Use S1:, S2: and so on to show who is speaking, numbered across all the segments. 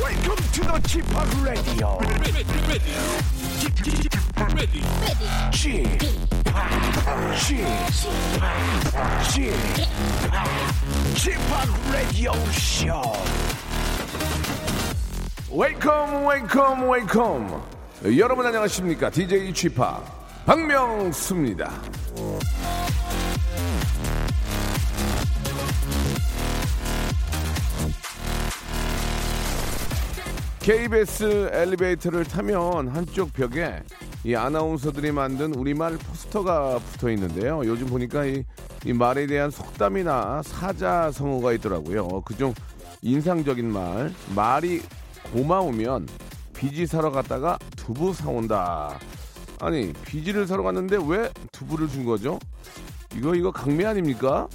S1: Welcome to the g p o p Radio.
S2: ready, ready, ready, ready.
S1: g p o p g p o p g p o p Radio Show. Welcome, welcome, welcome. 여러분 안녕하십니까? DJ g p o p 박명수입니다. KBS 엘리베이터를 타면 한쪽 벽에 이 아나운서들이 만든 우리말 포스터가 붙어 있는데요. 요즘 보니까 이, 이 말에 대한 속담이나 사자성어가 있더라고요. 그중 인상적인 말, 말이 고마우면 비지 사러 갔다가 두부 사온다. 아니, 비지를 사러 갔는데 왜 두부를 준 거죠? 이거, 이거 강매 아닙니까?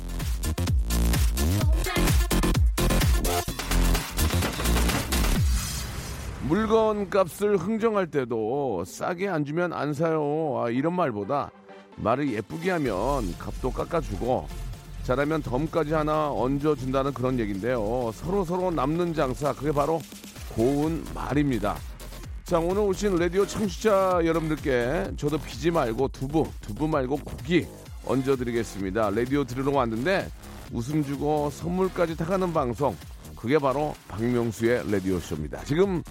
S1: 물건 값을 흥정할 때도 싸게 안 주면 안 사요. 아, 이런 말보다 말을 예쁘게 하면 값도 깎아주고 잘하면 덤까지 하나 얹어준다는 그런 얘기인데요. 서로 서로 남는 장사 그게 바로 고운 말입니다. 자 오늘 오신 라디오 청취자 여러분들께 저도 비지 말고 두부 두부 말고 고기 얹어드리겠습니다. 라디오 들으러 왔는데 웃음 주고 선물까지 타가는 방송 그게 바로 박명수의 라디오 쇼입니다. 지금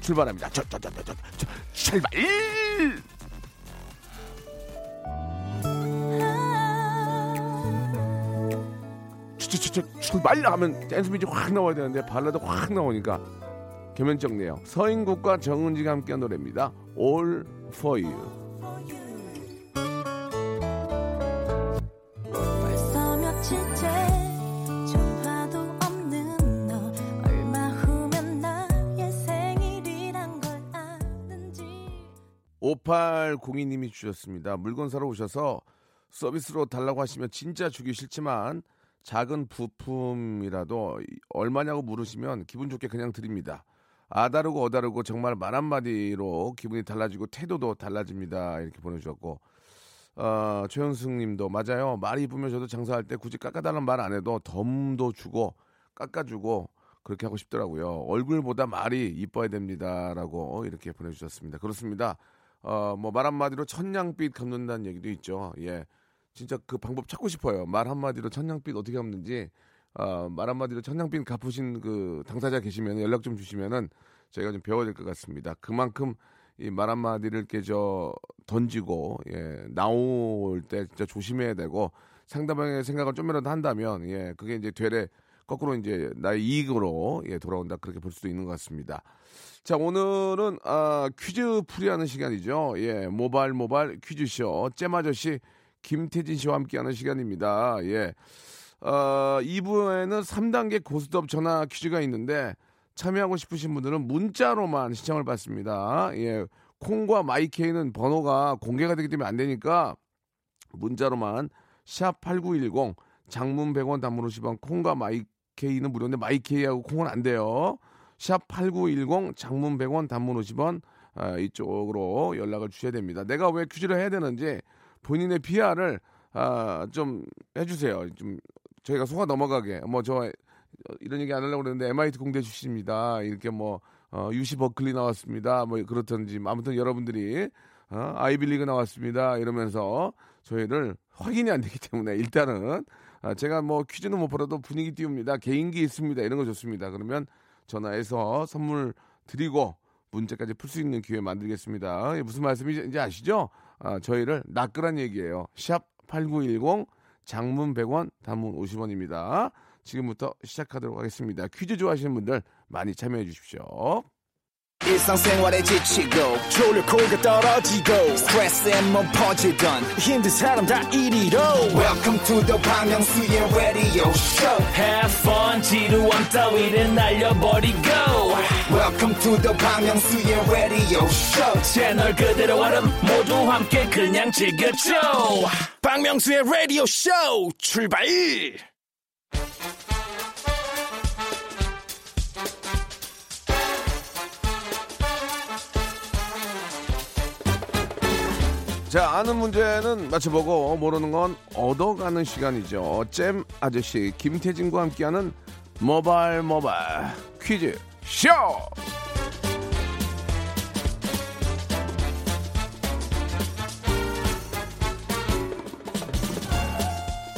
S1: 출발합니다. 저, 저, 저, 저, 저, 저, 출발! 저, 저, 저, 저, 출발! 하면 댄스 뮤직 확 나와야 되는데 발라드 확 나오니까 개면적네요. 서인국과 정은지가 함께한 노래입니다. All for you.
S3: 벌써 며칠째 전화도 없는 너 얼마 후면 나의 생일이란 걸 아는지
S1: 5802님이 주셨습니다. 물건 사러 오셔서 서비스로 달라고 하시면 진짜 주기 싫지만 작은 부품이라도 이- 얼마냐고 물으시면 기분 좋게 그냥 드립니다. 아다르고 어다르고 정말 말 한마디로 기분이 달라지고 태도도 달라집니다. 이렇게 보내주셨고 어, 최현승 님도 맞아요. 말이 이쁘면 저도 장사할 때 굳이 깎아달라는 말 안 해도 덤도 주고 깎아주고 그렇게 하고 싶더라고요. 얼굴보다 말이 이뻐야 됩니다라고 이렇게 보내주셨습니다. 그렇습니다. 어, 뭐 말 한마디로 천냥빛 갚는다는 얘기도 있죠. 예. 진짜 그 방법 찾고 싶어요. 말 한마디로 천냥빛 어떻게 갚는지 어, 말 한마디로 천냥빛 갚으신 그 당사자 계시면 연락 좀 주시면은 저희가 좀 배워야 될 것 같습니다. 그만큼 이 말 한마디를 이렇게 저 던지고 예, 나올 때 진짜 조심해야 되고 상대방의 생각을 좀이라도 한다면 예, 그게 이제 되레 거꾸로 이제 나의 이익으로 예, 돌아온다 그렇게 볼 수도 있는 것 같습니다. 자 오늘은 아, 퀴즈 풀이하는 시간이죠. 예, 모발 모발 퀴즈쇼 잼아저씨 김태진 씨와 함께하는 시간입니다. 예. 어, 2부에는 3단계 고스톱 전화 퀴즈가 있는데 참여하고 싶으신 분들은 문자로만 시청을 받습니다. 예. 콩과 마이케이는 번호가 공개가 되기 때문에 안 되니까 문자로만 샵8910 장문 100원 단문 50원 콩과 마이케이는 무료인데 마이케이하고 콩은 안 돼요. 샵8910 장문 100원 단문 50원 아, 이쪽으로 연락을 주셔야 됩니다. 내가 왜 퀴즈를 해야 되는지 본인의 PR을 아, 좀 해주세요. 좀 저희가 속아 넘어가게 뭐 저 이런 얘기 안 하려고 그랬는데 MIT 공대 출신입니다. 이렇게 뭐 어, 유시 버클리 나왔습니다. 뭐 그렇든지 아무튼 여러분들이 어, 아이빌리그 나왔습니다. 이러면서 저희를 확인이 안 되기 때문에 일단은 아, 제가 뭐 퀴즈는 못 풀어도 분위기 띄웁니다. 개인기 있습니다. 이런 거 좋습니다. 그러면 전화해서 선물 드리고 문제까지 풀 수 있는 기회 만들겠습니다. 예, 무슨 말씀인지 이제 아시죠? 아, 저희를 낚으란 얘기예요. 샵 8910 장문 100원, 단문 50원입니다. 지금부터 시작하도록 하겠습니다. 퀴즈 좋아하시는 분들 많이 참여해 주십시오.
S4: 일상생활에 지치고, 졸려 코가 떨어지고, 스트레스에 몸 퍼지던, 힘든 사람 다 이리로. welcome to the Bang Myung-soo's radio show
S5: Have fun 지루함 따위를 날려버리고
S4: welcome to the Bang Myung-soo's radio show
S5: 채널 그대로 와름 모두 함께 그냥 즐겨줘
S4: 박명수의 radio show 출발
S1: 자, 아는 문제는 맞춰보고 모르는 건 얻어가는 시간이죠. 잼 아저씨 김태진과 함께하는 모발 모발 퀴즈 쇼.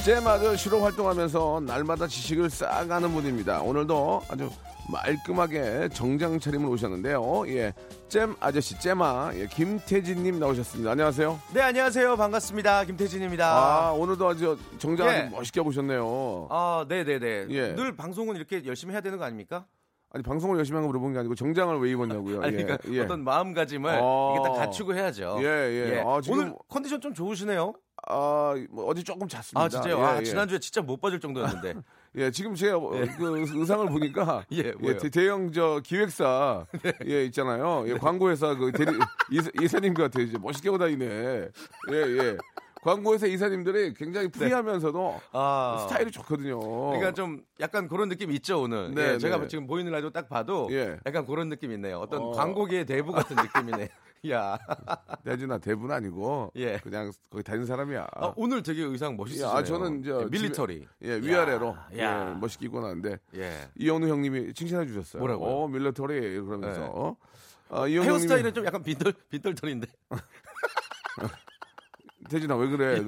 S1: 제 맛을 시로 활동하면서 날마다 지식을 쌓아가는 분입니다. 오늘도 아주 말끔하게 정장 차림을 오셨는데요. 예, 잼 아저씨 잼아 예, 김태진님 나오셨습니다. 안녕하세요.
S6: 네 안녕하세요 반갑습니다 김태진입니다.
S1: 아, 오늘도 아주 정장 아주
S6: 예.
S1: 멋있게 보셨네요.
S6: 아 네네네.
S1: 예.
S6: 늘 방송은 이렇게 열심히 해야 되는 거 아닙니까?
S1: 아니 방송을 열심히 한거 물어본 게 아니고 정장을 왜 입었냐고요.
S6: 아니,
S1: 예,
S6: 그러니까
S1: 예.
S6: 어떤 마음가짐을
S1: 어.
S6: 이게 딱 갖추고 해야죠.
S1: 예, 예. 아, 지금-
S6: 오늘 컨디션 좀 좋으시네요.
S1: 아, 뭐 어제 조금 잤습니다.
S6: 아 진짜요?
S1: 예,
S6: 아,
S1: 예.
S6: 지난주에 진짜 못 봐줄 정도였는데.
S1: 예, 지금 제 어, 그 의상을 보니까
S6: 예, 뭐예요? 네.
S1: 대, 형저 기획사 예 있잖아요. 예, 광고회사 그 대리 이사, 이사님 같아 이제 멋있게 하고 다니네. 예, 예. 광고회사 이사님들이 굉장히 프리하면서도
S6: 네. 아
S1: 스타일이 좋거든요.
S6: 그러니까 좀 약간 그런 느낌 있죠 오늘.
S1: 네,
S6: 예,
S1: 네.
S6: 제가 지금 보이는 라디오 딱 봐도
S1: 예.
S6: 약간 그런 느낌 있네요. 어떤
S1: 어. 아.
S6: 광고계의 대부 같은 느낌이네. 야
S1: 내지나 대분 아니고
S6: 예.
S1: 그냥 거기 다닌 사람이야.
S6: 아, 오늘 되게 의상 멋있으시네요.
S1: 예, 아, 저는 이제
S6: 예, 밀리터리.
S1: 집에- 예, 위아래로
S6: 야.
S1: 예, 멋있게 입고 나왔는데
S6: 예.
S1: 이영우 형님이 칭찬해 주셨어요.
S6: 뭐라고요?
S1: 어, 밀리터리 그러면서
S6: 네.
S1: 어? 아, 이영우
S6: 헤어스타일은
S1: 형님이-
S6: 좀 약간 빈털 빈털털인데.
S1: 태진아 왜 그래?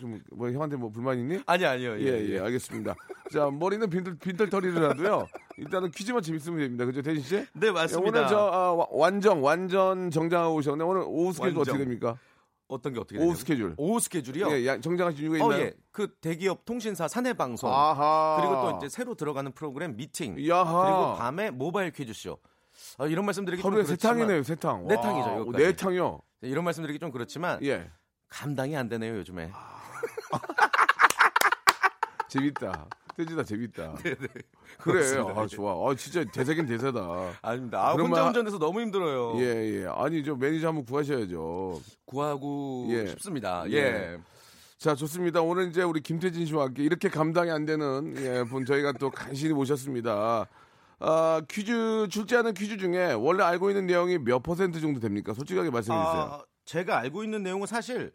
S1: 좀뭐 형한테 뭐 불만 있니?
S6: 예. 아니 아니요.
S1: 예, 예, 알겠습니다. 자, 머리는 빈들, 빈털터리라도요. 일단은 퀴즈만 재밌으면 됩니다. 그죠, 태진 씨?
S6: 네, 맞습니다.
S1: 예, 오늘 저, 아, 와- 완정, 완전 정장하고 오셨는데, 오늘 오후 스케줄
S6: 완정.
S1: 어떻게 됩니까?
S6: 어떤 게 어떻게
S1: 오후
S6: 되냐고요?
S1: 스케줄.
S6: 오후 스케줄이요?
S1: 예, 야, 정장하신 이유가
S6: 어,
S1: 있나요?
S6: 예. 그 대기업 통신사 사내 방송
S1: 아하.
S6: 그리고 또 이제 새로 들어가는 프로그램 미팅
S1: 야하.
S6: 그리고 밤에 모바일 퀴즈쇼. 아, 이런 말씀드리기
S1: 하루에
S6: 좀
S1: 세
S6: 그렇지만
S1: 탕이네요, 세 탕.
S6: 네
S1: 와,
S6: 탕이죠, 요거까지.
S1: 네 탕이요.
S6: 이런 말씀드리기 좀 그렇지만
S1: 예. 아,
S6: 감당이 안 되네요, 요즘에.
S1: 재밌다. 태진아, 재밌다.
S6: 네,
S1: 그래. 아,
S6: 그렇습니다.
S1: 좋아. 아, 진짜 대세긴 대세다.
S6: 아닙니다. 아,
S1: 그런
S6: 혼자
S1: 말-
S6: 운전해서 너무 힘들어요.
S1: 예, 예. 아니, 저 매니저 한번 구하셔야죠.
S6: 구하고
S1: 예.
S6: 싶습니다.
S1: 예.
S6: 예.
S1: 자 좋습니다. 오늘 이제 우리 김태진 씨와 함께 이렇게 감당이 안 되는 예, 분 저희가 또 간신히 모셨습니다. 아, 퀴즈 출제하는 퀴즈 중에 원래 알고 있는 내용이 몇 퍼센트 정도 됩니까? 솔직하게 말씀해 주세요.
S6: 아, 제가 알고 있는 내용은 사실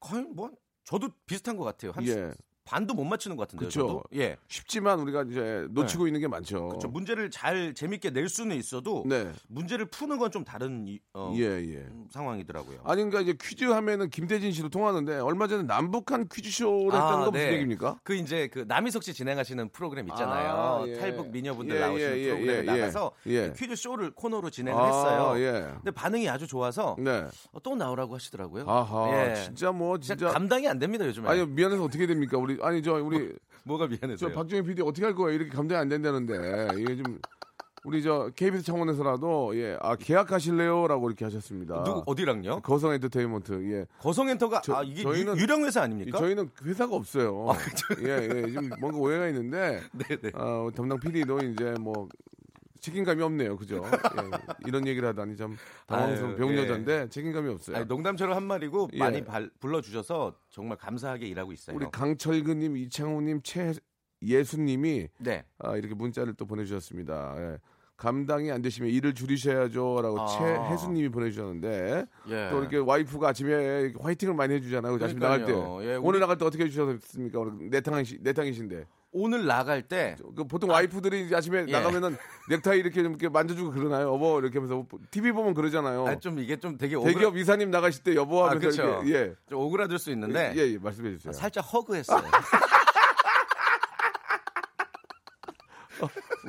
S6: 거의 뭐 저도 비슷한 것 같아요. 한
S1: 예.
S6: 반도 못 맞추는 것 같은데요.
S1: 그쵸.
S6: 저도. 예.
S1: 쉽지만 우리가 이제 놓치고 있는 게 많죠.
S6: 그렇죠. 문제를 잘 재밌게 낼 수는 있어도
S1: 어. 네.
S6: 문제를 푸는 건 좀 다른 이- 어,
S1: 예, 예.
S6: 음, 상황이더라고요.
S1: 아니 그러니까 이제 퀴즈 하면은 김태진 씨도 통하는데 얼마 전에 남북한 퀴즈쇼를
S6: 아,
S1: 했다는 건
S6: 네.
S1: 무슨 얘기입니까?
S6: 그 이제 그 남희석 씨 진행하시는 프로그램 있잖아요.
S1: 아, 예.
S6: 탈북 미녀분들
S1: 예,
S6: 나오시는
S1: 예, 예,
S6: 프로그램에
S1: 예,
S6: 나가서
S1: 예.
S6: 그 퀴즈 쇼를 코너로 진행을
S1: 아,
S6: 네, 했어요.
S1: 예.
S6: 근데 반응이 아주 좋아서
S1: 네.
S6: 어, 또 나오라고 하시더라고요.
S1: 아하.
S6: 예.
S1: 진짜 뭐
S6: 진짜
S1: 진짜
S6: 감당이 안 됩니다 요즘에.
S1: 아니 미안해서 어떻게 됩니까? 우리 아니 저 우리
S6: 뭐가 네.
S1: 저
S6: 미안해서요.
S1: 박정희 PD 어떻게 할 거예요? 이렇게 감당이 안 된다는데 이게 좀 우리 저 KBS 창원에서라도 예아 계약하실래요라고 이렇게 하셨습니다.
S6: 누구 어디랑요?
S1: 거성 엔터테인먼트 예
S6: 거성엔터가
S1: 아. 그 저-
S6: 아 이게
S1: 저희는-
S6: 유, 령 회사 아닙니까? 아, 그렇죠.
S1: 저희는 회사가 없어요. 예예 지금 뭔가 오해가 있는데
S6: 네네.
S1: 어, 담당 PD도 이제 뭐 책임감이 없네요, 그죠? 예, 이런 얘기를 하다니 참 당황스러운
S6: 아유,
S1: 배운
S6: 예.
S1: 여자인데 책임감이 없어요.
S6: 아니, 농담처럼 한 말이고
S1: 예.
S6: 많이 발- 불러주셔서 정말 감사하게 일하고 있어요.
S1: 우리 강철근님, 이창호님, 최예수님이
S6: 네.
S1: 아, 이렇게 문자를 또 보내주셨습니다. 예. 감당이 안 되시면 일을 줄이셔야죠라고
S6: 아.
S1: 최혜수님이 보내주셨는데
S6: 예.
S1: 또 이렇게 와이프가 아침에 이렇게 화이팅을 많이 해주잖아요. 아침 나갈 때
S6: 그러니까요. 예, 우리-
S1: 오늘 나갈 때 어떻게 해주셨습니까? 오늘 내탕이시 내탕이신데
S6: 오늘 나갈 때
S1: 그 보통 와이프들이 이제 아침에
S6: 예.
S1: 나가면은 넥타이 이렇게 좀 이렇게 만져주고 그러나요? 여보 이렇게 하면서 TV 보면 그러잖아요.
S6: 아, 좀 이게 좀 되게 오그라,
S1: 어. 대기업 이사님 나가실 때 여보
S6: 아,
S1: 하면서
S6: 그쵸. 네. 아,
S1: 이렇게 예.
S6: 좀 오그라들 수 있는데
S1: 예, 예, 말씀해 주세요.
S6: 살짝 허그했어요.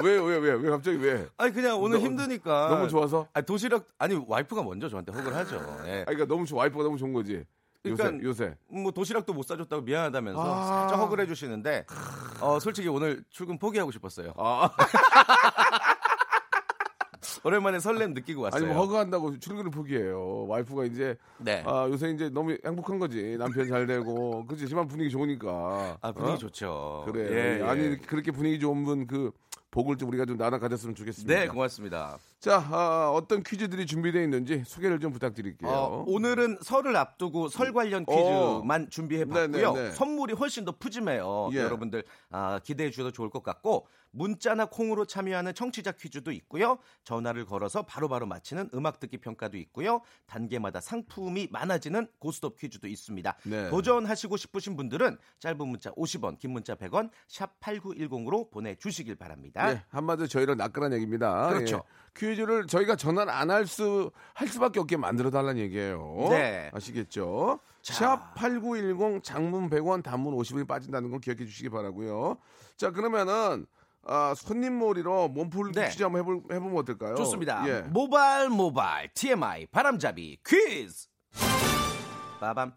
S1: 왜 왜 왜 왜 갑자기 왜?
S6: 아니 그냥 오늘
S1: 너-
S6: 힘드니까
S1: 너무 좋아서?
S6: 아니, 도시락 아니 와이프가 먼저 저한테 허그를 하죠. 예.
S1: 아, 그러니까 너무 좋- 와이프가 너무 좋은 거지. 요새
S6: 그러니까
S1: 요새
S6: 뭐 도시락도 못 사줬다고 미안하다면서
S1: 아.
S6: 살짝 허그를 해주시는데 어, 솔직히 오늘 출근 포기하고 싶었어요.
S1: 아.
S6: 오랜만에 설렘 느끼고 왔어요.
S1: 아니 뭐 허그한다고 출근을 포기해요. 와이프가 이제
S6: 네.
S1: 아 요새 이제 너무 행복한 거지. 남편 잘 되고 그치 집안 분위기 좋으니까.
S6: 아 분위기
S1: 어?
S6: 좋죠.
S1: 그래.
S6: 예, 예.
S1: 아니 그렇게 분위기 좋은 분 그 복을 좀 우리가 좀 나눠 가졌으면 좋겠습니다.
S6: 네 고맙습니다.
S1: 자, 아, 어떤 퀴즈들이 준비되어 있는지 소개를 좀 부탁드릴게요.
S6: 어, 오늘은 설을 앞두고 설 관련
S1: 어.
S6: 퀴즈만 준비해 봤고요.
S1: 네네네.
S6: 선물이 훨씬 더 푸짐해요.
S1: 예.
S6: 여러분들 아, 기대해 주셔도 좋을 것 같고 문자나 콩으로 참여하는 청취자 퀴즈도 있고요. 전화를 걸어서 바로바로 맞히는 음악 듣기 평가도 있고요. 단계마다 상품이 많아지는 고스톱 퀴즈도 있습니다.
S1: 네.
S6: 도전하시고 싶으신 분들은 짧은 문자 50원, 긴 문자 100원, 샵 8910으로 보내주시길 바랍니다.
S1: 예, 한마디로 저희를 낚으란 얘기입니다.
S6: 아. 그렇죠.
S1: 예. 퀴즈를 저희가 전화를 안 할 수, 할 수밖에 없게 만들어 달라는 얘기예요.
S6: 네.
S1: 아시겠죠?
S6: 자.
S1: 샵8910 장문 100원 단문 50원이 빠진다는 건 기억해 주시기 바라고요 자, 그러면은, 아, 손님 몰이로 몸풀기
S6: 네.
S1: 퀴즈 한번 해보, 해보면 어떨까요?
S6: 좋습니다. 뭐-
S1: 예.
S6: 모발 모발 TMI 바람잡이 퀴즈. 빠밤.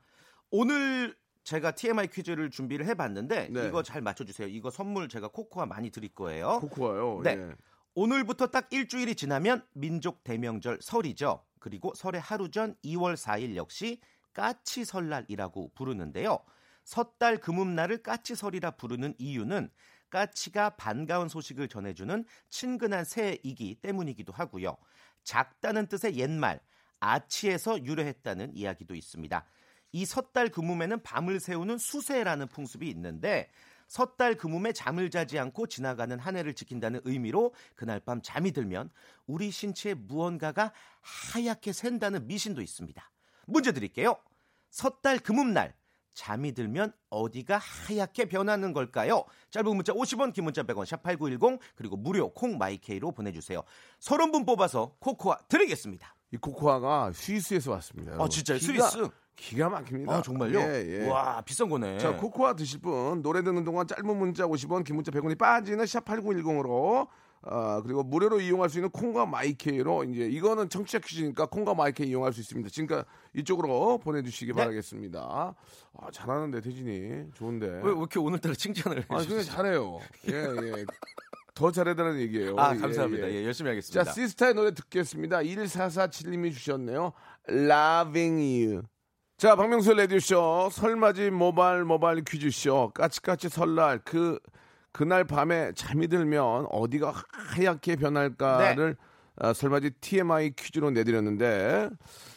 S6: 오늘 제가 TMI 퀴즈를 준비를 해봤는데
S1: 네.
S6: 이거 잘 맞춰주세요. 이거 선물 제가 코코아 많이 드릴 거예요.
S1: 코코아요.
S6: 네.
S1: 예.
S6: 오늘부터 딱 일주일이 지나면 민족 대명절 설이죠. 그리고 설의 하루 전 2월 4일 역시 까치 설날이라고 부르는데요. 섣달 금음날을 까치설이라 부르는 이유는 까치가 반가운 소식을 전해주는 친근한 새이기 때문이기도 하고요. 작다는 뜻의 옛말 아치에서 유래했다는 이야기도 있습니다. 이 섣달 금음에는 밤을 새우는 수세라는 풍습이 있는데 섣달 금음에 잠을 자지 않고 지나가는 한 해를 지킨다는 의미로 그날 밤 잠이 들면 우리 신체에 무언가가 하얗게 샌다는 미신도 있습니다. 문제 드릴게요. 섣달 금음날 잠이 들면 어디가 하얗게 변하는 걸까요? 짧은 문자 50원, 긴 문자 100원, 샵8910 그리고 무료 콩 마이케이로 보내주세요. 30분 뽑아서 코코아 드리겠습니다.
S1: 이 코코아가 스위스에서 왔습니다. 여러분.
S6: 아, 진짜요?
S1: 기가-
S6: 스위스?
S1: 기가 막힙니다.
S6: 아 정말요?
S1: 예, 예.
S6: 와 비싼 거네.
S1: 자, 코코아 드실 분 노래 듣는 동안 짧은 문자 50원, 긴 문자 100원이 빠지는 샵 8910으로 아, 그리고 무료로 이용할 수 있는 콩과 마이케이로 이제 이거는 청취자 퀴즈니까 콩과 마이케이 이용할 수 있습니다. 지금까 이쪽으로 보내 주시기
S6: 네.
S1: 바라겠습니다. 아, 잘하는데 태진이. 좋은데.
S6: 왜, 왜 이렇게 오늘따라 칭찬을
S1: 아,
S6: 해주세요?
S1: 그냥 잘해요. 예, 예. 더 잘해달라는 얘기예요.
S6: 아
S1: 예,
S6: 감사합니다.
S1: 예.
S6: 예, 열심히 하겠습니다.
S1: 자, 시스타의 노래 듣겠습니다. 1447님이 주셨네요. Loving you. 자, 박명수 레디쇼 설맞이 모발 모발 퀴즈쇼 까치까치 설날 그 그날 밤에 잠이 들면 어디가 하얗게 변할까를 아, 설맞이 TMI 퀴즈로 내드렸는데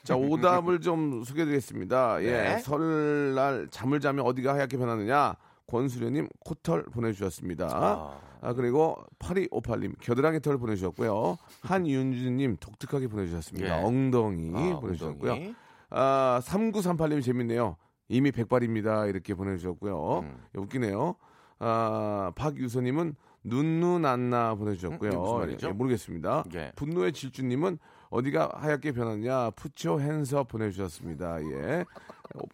S1: 자 오답을 좀 소개드리겠습니다. 예,
S6: 네.
S1: 설날 잠을 자면 어디가 하얗게 변하느냐 권수련님 코털 보내주셨습니다.
S6: 아.
S1: 아, 그리고 8258님 겨드랑이 털 보내주셨고요. 한윤주님 독특하게 보내주셨습니다.
S6: 예.
S1: 엉덩이
S6: 아,
S1: 보내주셨고요.
S6: 엉덩이.
S1: 아, 3938님 재밌네요. 이미 백발입니다. 이렇게 보내주셨고요.
S6: 음.
S1: 야, 웃기네요. 아, 박유서님은 눈눈안나 보내주셨고요.
S6: 음, 이게 무슨 말이죠?
S1: 예, 모르겠습니다.
S6: 예.
S1: 분노의 질주님은 어디가 하얗게 변하냐 푸초 핸서 보내주셨습니다. 예.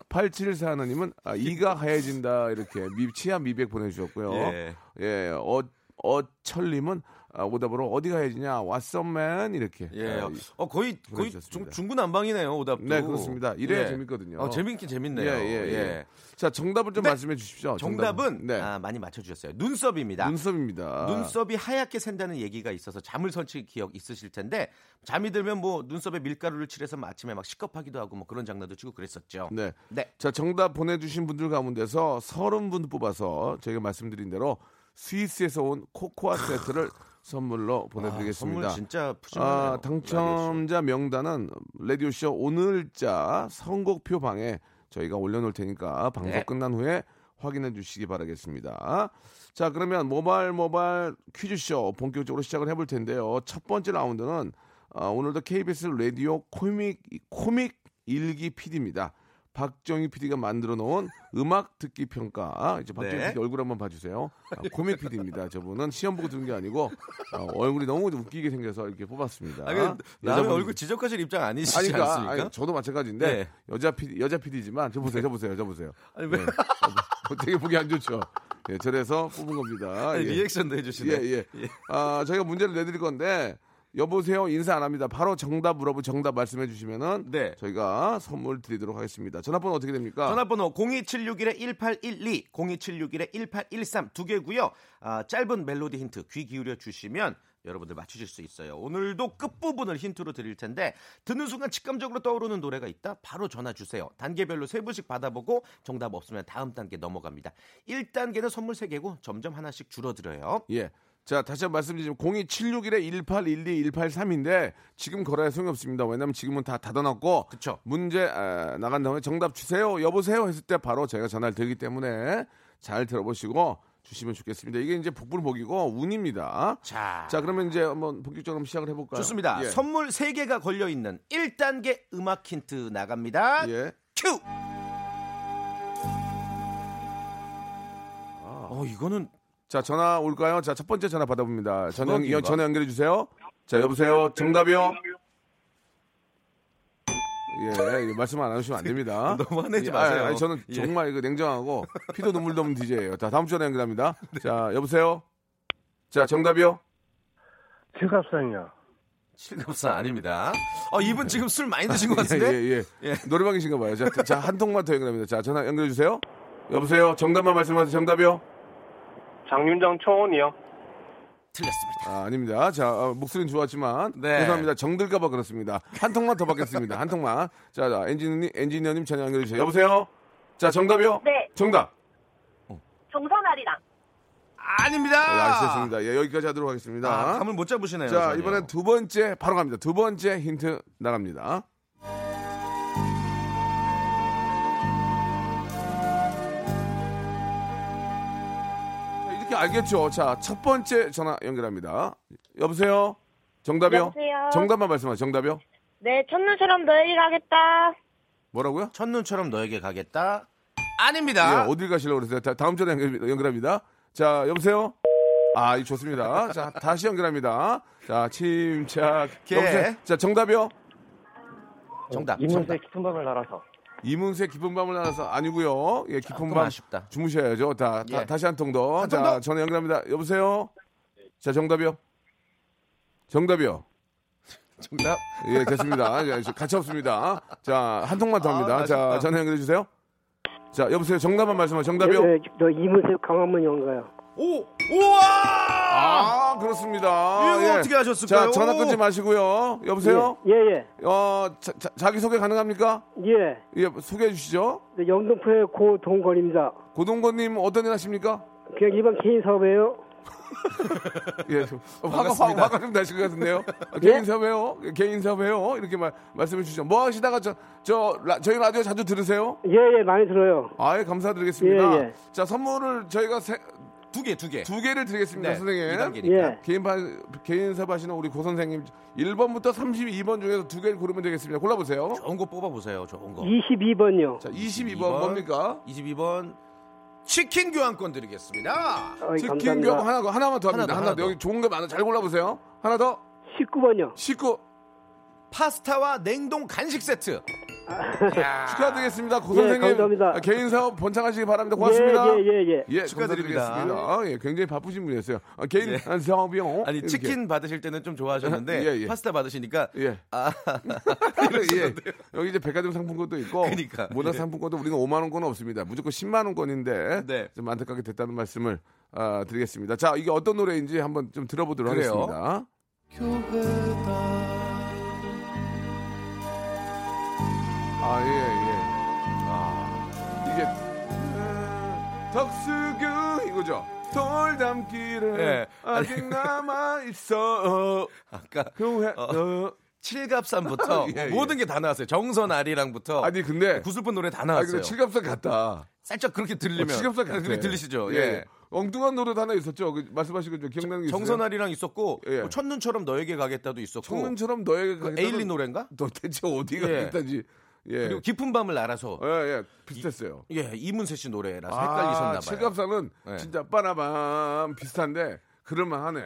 S1: 8741님은 아, 이가 하얘진다 이렇게 미, 치아 미백 보내주셨고요.
S6: 예.
S1: 예, 어, 어철님은 아, 오답으로 어디가 해지냐 왓썸맨 이렇게.
S6: 예.
S1: 아,
S6: 어 거의 거의
S1: 보내주셨습니다.
S6: 중, 중구난방이네요 오답도.
S1: 네, 그렇습니다. 이래야 재밌거든요.
S6: 어, 재밌긴 재밌네요.
S1: 예, 예, 예. 자, 정답을 좀
S6: 네.
S1: 말씀해 주십시오.
S6: 정답은
S1: 네.
S6: 아, 많이 맞춰주셨어요. 눈썹입니다. 아.
S1: 눈썹입니다.
S6: 눈썹이 하얗게 샌다는 얘기가 있어서 잠을 설치 기억 있으실 텐데 잠이 들면 뭐 눈썹에 밀가루를 칠해서 아침에 막 시겁하기도 하고 뭐 그런 장난도 치고 그랬었죠.
S1: 네.
S6: 네.
S1: 자, 정답 보내주신 분들 가운데서 30분 뽑아서 저희가 말씀드린 대로 스위스에서 온 코코아 세트를 선물로
S6: 네,
S1: 보내드리겠습니다.
S6: 아, 선물 진짜 푸짐하네요.
S1: 아, 당첨자 명단은 라디오쇼 오늘자 선곡표 방에 저희가 올려놓을 테니까 방송
S6: 네.
S1: 끝난 후에 확인해 주시기 바라겠습니다. 자, 그러면 모발 모발 퀴즈쇼 본격적으로 시작을 해볼 텐데요. 첫 번째 라운드는 아, 오늘도 KBS 라디오 코믹 코믹 일기 PD입니다. 박정희 PD가 만들어 놓은 음악 듣기 평가. 이제 박정희
S6: 네.
S1: PD 얼굴 한번 봐주세요. 아, 코믹 PD입니다. 저분은 시험 보고 들은 게 아니고 아, 얼굴이 너무 웃기게 생겨서 이렇게 뽑았습니다.
S6: 아니, 그 남의
S1: 여자분-
S6: 얼굴 지적하실 입장 아니시지
S1: 아니, 그러니까,
S6: 않습니까?
S1: 아니, 저도 마찬가지인데
S6: 네.
S1: 여자 PD 여자 PD지만 저 보세요, 저 보세요, 저 보세요.
S6: 아니, 왜-
S1: 예. 어, 되게 보기 안 좋죠. 예, 저래서 뽑은 겁니다.
S6: 아니, 그
S1: 예.
S6: 리액션도 해주시네.
S1: 예, 예. 아, 저희가 문제를 내드릴 건데, 여보세요? 인사 안 합니다. 바로 정답 물어보 정답 말씀해 주시면은
S6: 네.
S1: 저희가 선물 드리도록 하겠습니다. 전화번호 어떻게 됩니까?
S6: 전화번호 02761-1812, 02761-1813 두 개고요. 아, 짧은 멜로디 힌트 귀 기울여 주시면 여러분들 맞추실 수 있어요. 오늘도 끝부분을 힌트로 드릴 텐데 듣는 순간 직감적으로 떠오르는 노래가 있다? 바로 전화 주세요. 단계별로 세 분씩 받아보고 정답 없으면 다음 단계 넘어갑니다. 1단계는 선물 세개고 점점 하나씩 줄어들어요.
S1: 예. 자, 다시 한번 말씀드리지만 02761에 1812183인데 지금 걸어야 소용이 없습니다. 왜냐면 지금은 다 닫아놨고
S6: 그쵸.
S1: 문제 아, 나간 다음에 정답 주세요. 여보세요 했을 때 바로 저희가 전화를 드리기 때문에 잘 들어보시고 주시면 좋겠습니다. 이게 이제 복불복이고 운입니다.
S6: 자,
S1: 자, 그러면 이제 한번 본격적으로 한번 시작을 해볼까요?
S6: 좋습니다.
S1: 예.
S6: 선물 3개가 걸려있는 1단계 음악 힌트 나갑니다.
S1: 예.
S6: 큐! 어, 이거는
S1: 자, 전화 올까요? 자, 첫 번째 전화 받아봅니다. 전화, 연-
S6: 부각인가? 네,
S1: 전화 연결해 주세요. 자, 여보세요. 정답이요. 예, 예, 말씀 안 하시면 안 됩니다.
S6: 네. 너무 화내지
S1: 예,
S6: 마세요.
S1: 아니, 아니, 저는
S6: 예.
S1: 정말 이거 냉정하고 피도 눈물도 없는 DJ예요. 다 다음 주 전화 연결합니다.
S6: 네.
S1: 자, 여보세요. 자, 정답이요.
S7: 칠갑산이요.
S6: 실감사 아닙니다. 어, 이분 지금 술 많이 드신 것
S1: 음. 예,
S6: 같은데?
S1: 예, 예.
S6: 예.
S1: 노래방이신가 봐요. 자, 자, 한 통만 더 연결합니다. 자, 전화 연결해 주세요. 여보세요. 정답만 말씀하세요. 정답이요.
S7: 장윤정 청원이요.
S6: 틀렸습니다.
S1: 아, 아닙니다. 자, 어, 목소리는 좋았지만
S6: 네.
S1: 죄송합니다. 정들까봐 그렇습니다. 한 통만 더 받겠습니다. 한 통만. 자, 자, 엔지니어님, 엔지니어님 전화 연결해 주세요. 여보세요. 자, 정답이요.
S8: 네.
S1: 정답.
S8: 정선아리랑
S1: 예,
S6: 아닙니다.
S1: 알겠습니다. 예, 여기까지 하도록 하겠습니다.
S6: 아, 감을 못 잡으시네요.
S1: 자,
S6: 전혀.
S1: 이번엔 두 번째 바로 갑니다. 두 번째 힌트 나갑니다. 자, 이렇게 알겠죠? 자, 첫 번째 전화 연결합니다. 여보세요? 정답이요?
S8: 여보세요?
S1: 정답만 말씀하세요. 정답이요?
S8: 내 네, 첫눈처럼 너에게 가겠다.
S1: 뭐라고요?
S6: 첫눈처럼 너에게 가겠다. 아닙니다.
S1: 예, 어딜 가시려고 그러세요? 다, 다음 전화 연결, 연결합니다. 자, 여보세요? 아, 이 좋습니다. 자, 다시 연결합니다. 자, 침착.
S6: 예.
S1: 여보세요? 자, 정답이요?
S6: 어,
S1: 어,
S6: 정답. 정답.
S7: 이문세 깊은 밤을 날아서.
S1: 이문세 깊은 밤을 나눠서 아니고요. 예, 깊은
S6: 조금
S1: 밤
S6: 아쉽다.
S1: 주무셔야죠. 다, 다
S6: 예.
S1: 다시 한 통 더.
S6: 한통
S1: 자,
S6: 더?
S1: 전화 연결합니다. 여보세요. 자, 정답이요. 정답이요.
S6: 정답.
S1: 예, 됐습니다. 예, 같이 없습니다. 자, 한 통만 더 합니다.
S6: 아,
S1: 자,
S6: 아쉽다.
S1: 전화 연결해 주세요. 자, 여보세요. 정답만 말씀하세요. 정답이요.
S9: 예, 예, 너 이문세 강화문 연가요.
S6: 오! 우와!
S1: 아, 그렇습니다. 예.
S6: 이거 어떻게 아셨을까요?
S1: 자, 전화 끊지 마시고요. 여보세요.
S9: 예, 예,
S1: 어, 자, 기 소개 가능합니까?
S9: 예.
S1: 예, 소개해 주시죠.
S9: 네, 영등포의 고동건입니다.
S1: 고동건님 어떤 일 하십니까?
S9: 그냥 일반 개인 사업이에요.
S1: 예, 좀 화가 화,
S6: 반갑습니다.
S1: 화가 좀 나신 것 같은데요. 아, 개인 사업해요, 개인 사업해요. 이렇게 말 말씀해 주시죠. 뭐 하시다가 저저 저희 라디오 자주 들으세요?
S9: 예, 예, 많이 들어요.
S1: 아예 감사드리겠습니다.
S9: 예, 예.
S1: 자 선물을 저희가 세,
S6: 두 개, 두 개.
S1: 두 개를 드리겠습니다,
S6: 네, 이
S1: 선생님.
S6: 단계니까.
S9: 예.
S1: 개인 바, 개인 사업 하시는 우리 고 선생님 1번부터 32번 중에서 두 개를 고르면 되겠습니다. 골라보세요.
S6: 좋은 거 뽑아 보세요. 좋은 거.
S9: 22번요.
S1: 어. 자 22번,
S6: 22번.
S1: 뭡니까?
S6: 22번 치킨 교환권 드리겠습니다.
S9: 어,
S1: 치킨
S9: 감사합니다.
S1: 경 하나 더, 하나만 더 합니다.
S6: 하나 더,
S1: 하나,
S6: 하나
S1: 더.
S6: 더.
S1: 여기 좋은 거 많아. 잘 골라보세요. 하나 더
S9: 19번요.
S1: 19
S6: 파스타와 냉동 간식 세트. 야.
S1: 축하드리겠습니다. 고
S9: 예,
S1: 선생님 아,
S9: 감사합니다.
S1: 개인 사업 번창하시기 바랍니다. 고맙습니다.
S9: 예, 예, 예.
S1: 예,
S6: 축하드립니다.
S1: 감사드리겠습니다. 아, 예, 굉장히 바쁘신 분이었어요. 아, 개인
S6: 예.
S1: 한 사업이요.
S6: 아니
S1: 이렇게.
S6: 치킨 받으실 때는 좀 좋아하셨는데
S1: 예, 예.
S6: 파스타 받으시니까
S1: 예.
S6: 아
S1: 예. 여기 이제 백화점 상품권도 있고
S6: 그러니까.
S1: 모나
S6: 예.
S1: 상품권도 우리는 5만 원권은 없습니다. 무조건 10만 원권인데
S6: 네.
S1: 좀 안타깝게 됐다는 말씀을 아, 드리겠습니다. 자, 이게 어떤 노래인지 한번 좀 들어보도록
S6: 그래요.
S1: 하겠습니다. 아, 예, 예. 아, 이게 음, 덕수교 이거죠. 돌담길에
S6: 예.
S1: 아직 남아 있어.
S6: 아까
S1: 교회
S6: 어.
S1: 어.
S6: 칠갑산부터
S1: 예, 예.
S6: 모든 게 다 나왔어요. 정선 아리랑부터
S1: 아니 근데
S6: 어, 그 구슬픈 노래 다
S1: 아
S6: 나왔어요.
S1: 근데 칠갑산 같다.
S6: 살짝 그렇게 들리면
S1: 어, 칠갑산 같아.
S6: 그래 들리시죠? 예.
S1: 엉뚱한 노래도 하나 있었죠. 그 말씀하신 거 기억나는 게 있어요.
S6: 정선 아리랑 있었고
S1: 예.
S6: 뭐 첫눈처럼 너에게 가겠다도 있었고
S1: 청년처럼 너에게
S6: 그
S1: 가겠다는-
S6: 에일리 노래인가?
S1: 너 대체 어디
S6: 예.
S1: 가겠다지. 예.
S6: 그리고 깊은 밤을 알아서
S1: 예, 예. 비슷했어요.
S6: 예 이문세 씨 노래라서 헷갈리셨나 봐요.
S1: 아, 칠갑산은
S6: 예.
S1: 진짜 빠라밤 비슷한데 그럴만 하네.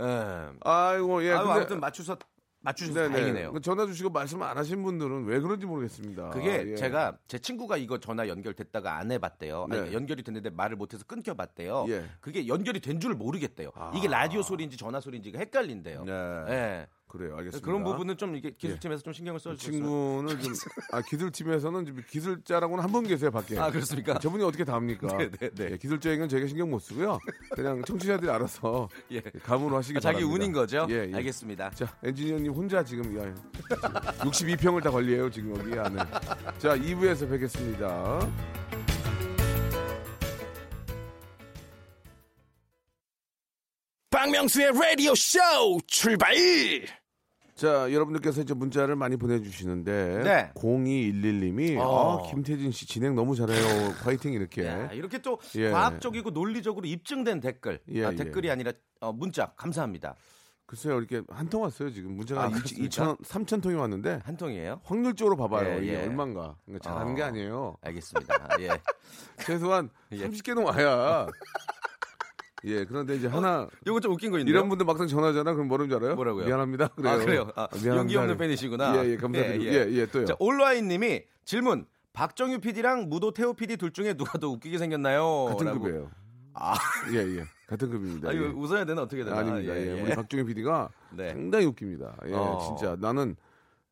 S6: 예.
S1: 아이고 예.
S6: 아유,
S1: 근데-
S6: 아무튼 맞추서 맞추셔서
S1: 네네.
S6: 다행이네요.
S1: 그 전화 주시고 말씀 안 하신 분들은 왜 그런지 모르겠습니다.
S6: 그게
S1: 예.
S6: 제가 제 친구가 이거 전화 연결됐다가 안 해봤대요. 아니,
S1: 네.
S6: 연결이 됐는데 말을 못해서 끊겨봤대요.
S1: 예. 아.
S6: 그게 연결이 된 줄을 모르겠대요. 이게 라디오 소리인지 전화 소리인지가 헷갈린대요.
S1: 네.
S6: 예.
S1: 그래요. 알겠습니다.
S6: 그런 부분은 좀 이게 기술팀에서 좀 신경을 써주셨어요.
S1: 친구는 좀 아, 기술팀에서는 좀 기술자라고는 한 분 계세요 밖에.
S6: 아 그렇습니까?
S1: 저분이 어떻게 다 합니까?
S6: 네, 네, 네.
S1: 예, 기술자행은 저희가 신경 못 쓰고요. 그냥 청취자들이 알아서
S6: 예.
S1: 감으로 하시기
S6: 아, 자기
S1: 바랍니다.
S6: 운인 거죠?
S1: 예, 예.
S6: 알겠습니다.
S1: 자, 엔지니어님 혼자 지금 야, 62평을 다 관리해요 지금 여기 안에. 자, 2부에서 뵙겠습니다.
S5: 방 박명수의 라디오 쇼 출발!
S1: 자, 여러분들께서 이제 문자를 많이 보내주시는데
S6: 네.
S1: 0211님이
S6: 어.
S1: 아, 김태진 씨 진행 너무 잘해요. 화이팅 이렇게.
S6: 야, 이렇게 또
S1: 예.
S6: 과학적이고 논리적으로 입증된 댓글.
S1: 예,
S6: 아,
S1: 예.
S6: 댓글이 아니라 어, 문자 감사합니다.
S1: 글쎄요, 이렇게 한 통 왔어요 지금 문자가
S6: 아,
S1: 이
S6: 그렇습니까?
S1: 2천 3천 통이 왔는데
S6: 한 통이에요?
S1: 확률적으로 봐봐요.
S6: 예,
S1: 이게
S6: 예.
S1: 얼마인가. 그러니까 잘하는
S6: 어.
S1: 게 아니에요.
S6: 알겠습니다. 예.
S1: 최소한
S6: 예.
S1: 30개는 와야. 예, 그런데 이제 하나
S6: 요거 좀 웃긴 거 어, 있네요.
S1: 이런 분들 막상 전화잖아. 그럼 뭐라는 줄 알아요?
S6: 뭐라고요?
S1: 미안합니다. 그래요.
S6: 아, 그래요? 아,
S1: 미안합니다.
S6: 용기 없는 팬이시구나.
S1: 예, 예, 감사드리고. 예, 예, 또요.
S6: 자, 올라인 님이 질문. 박정유 PD랑 무도 태호 PD 둘 중에 누가 더 웃기게 생겼나요?
S1: 같은
S6: 라고.
S1: 급이에요.
S6: 아,
S1: 예, 예. 같은 급입니다.
S6: 아, 이거
S1: 예.
S6: 웃어야 되나 어떻게 되나?
S1: 아닙니다. 예, 우리 박종현 PD가
S6: 네.
S1: 상당히 웃깁니다. 예,
S6: 어.
S1: 진짜 나는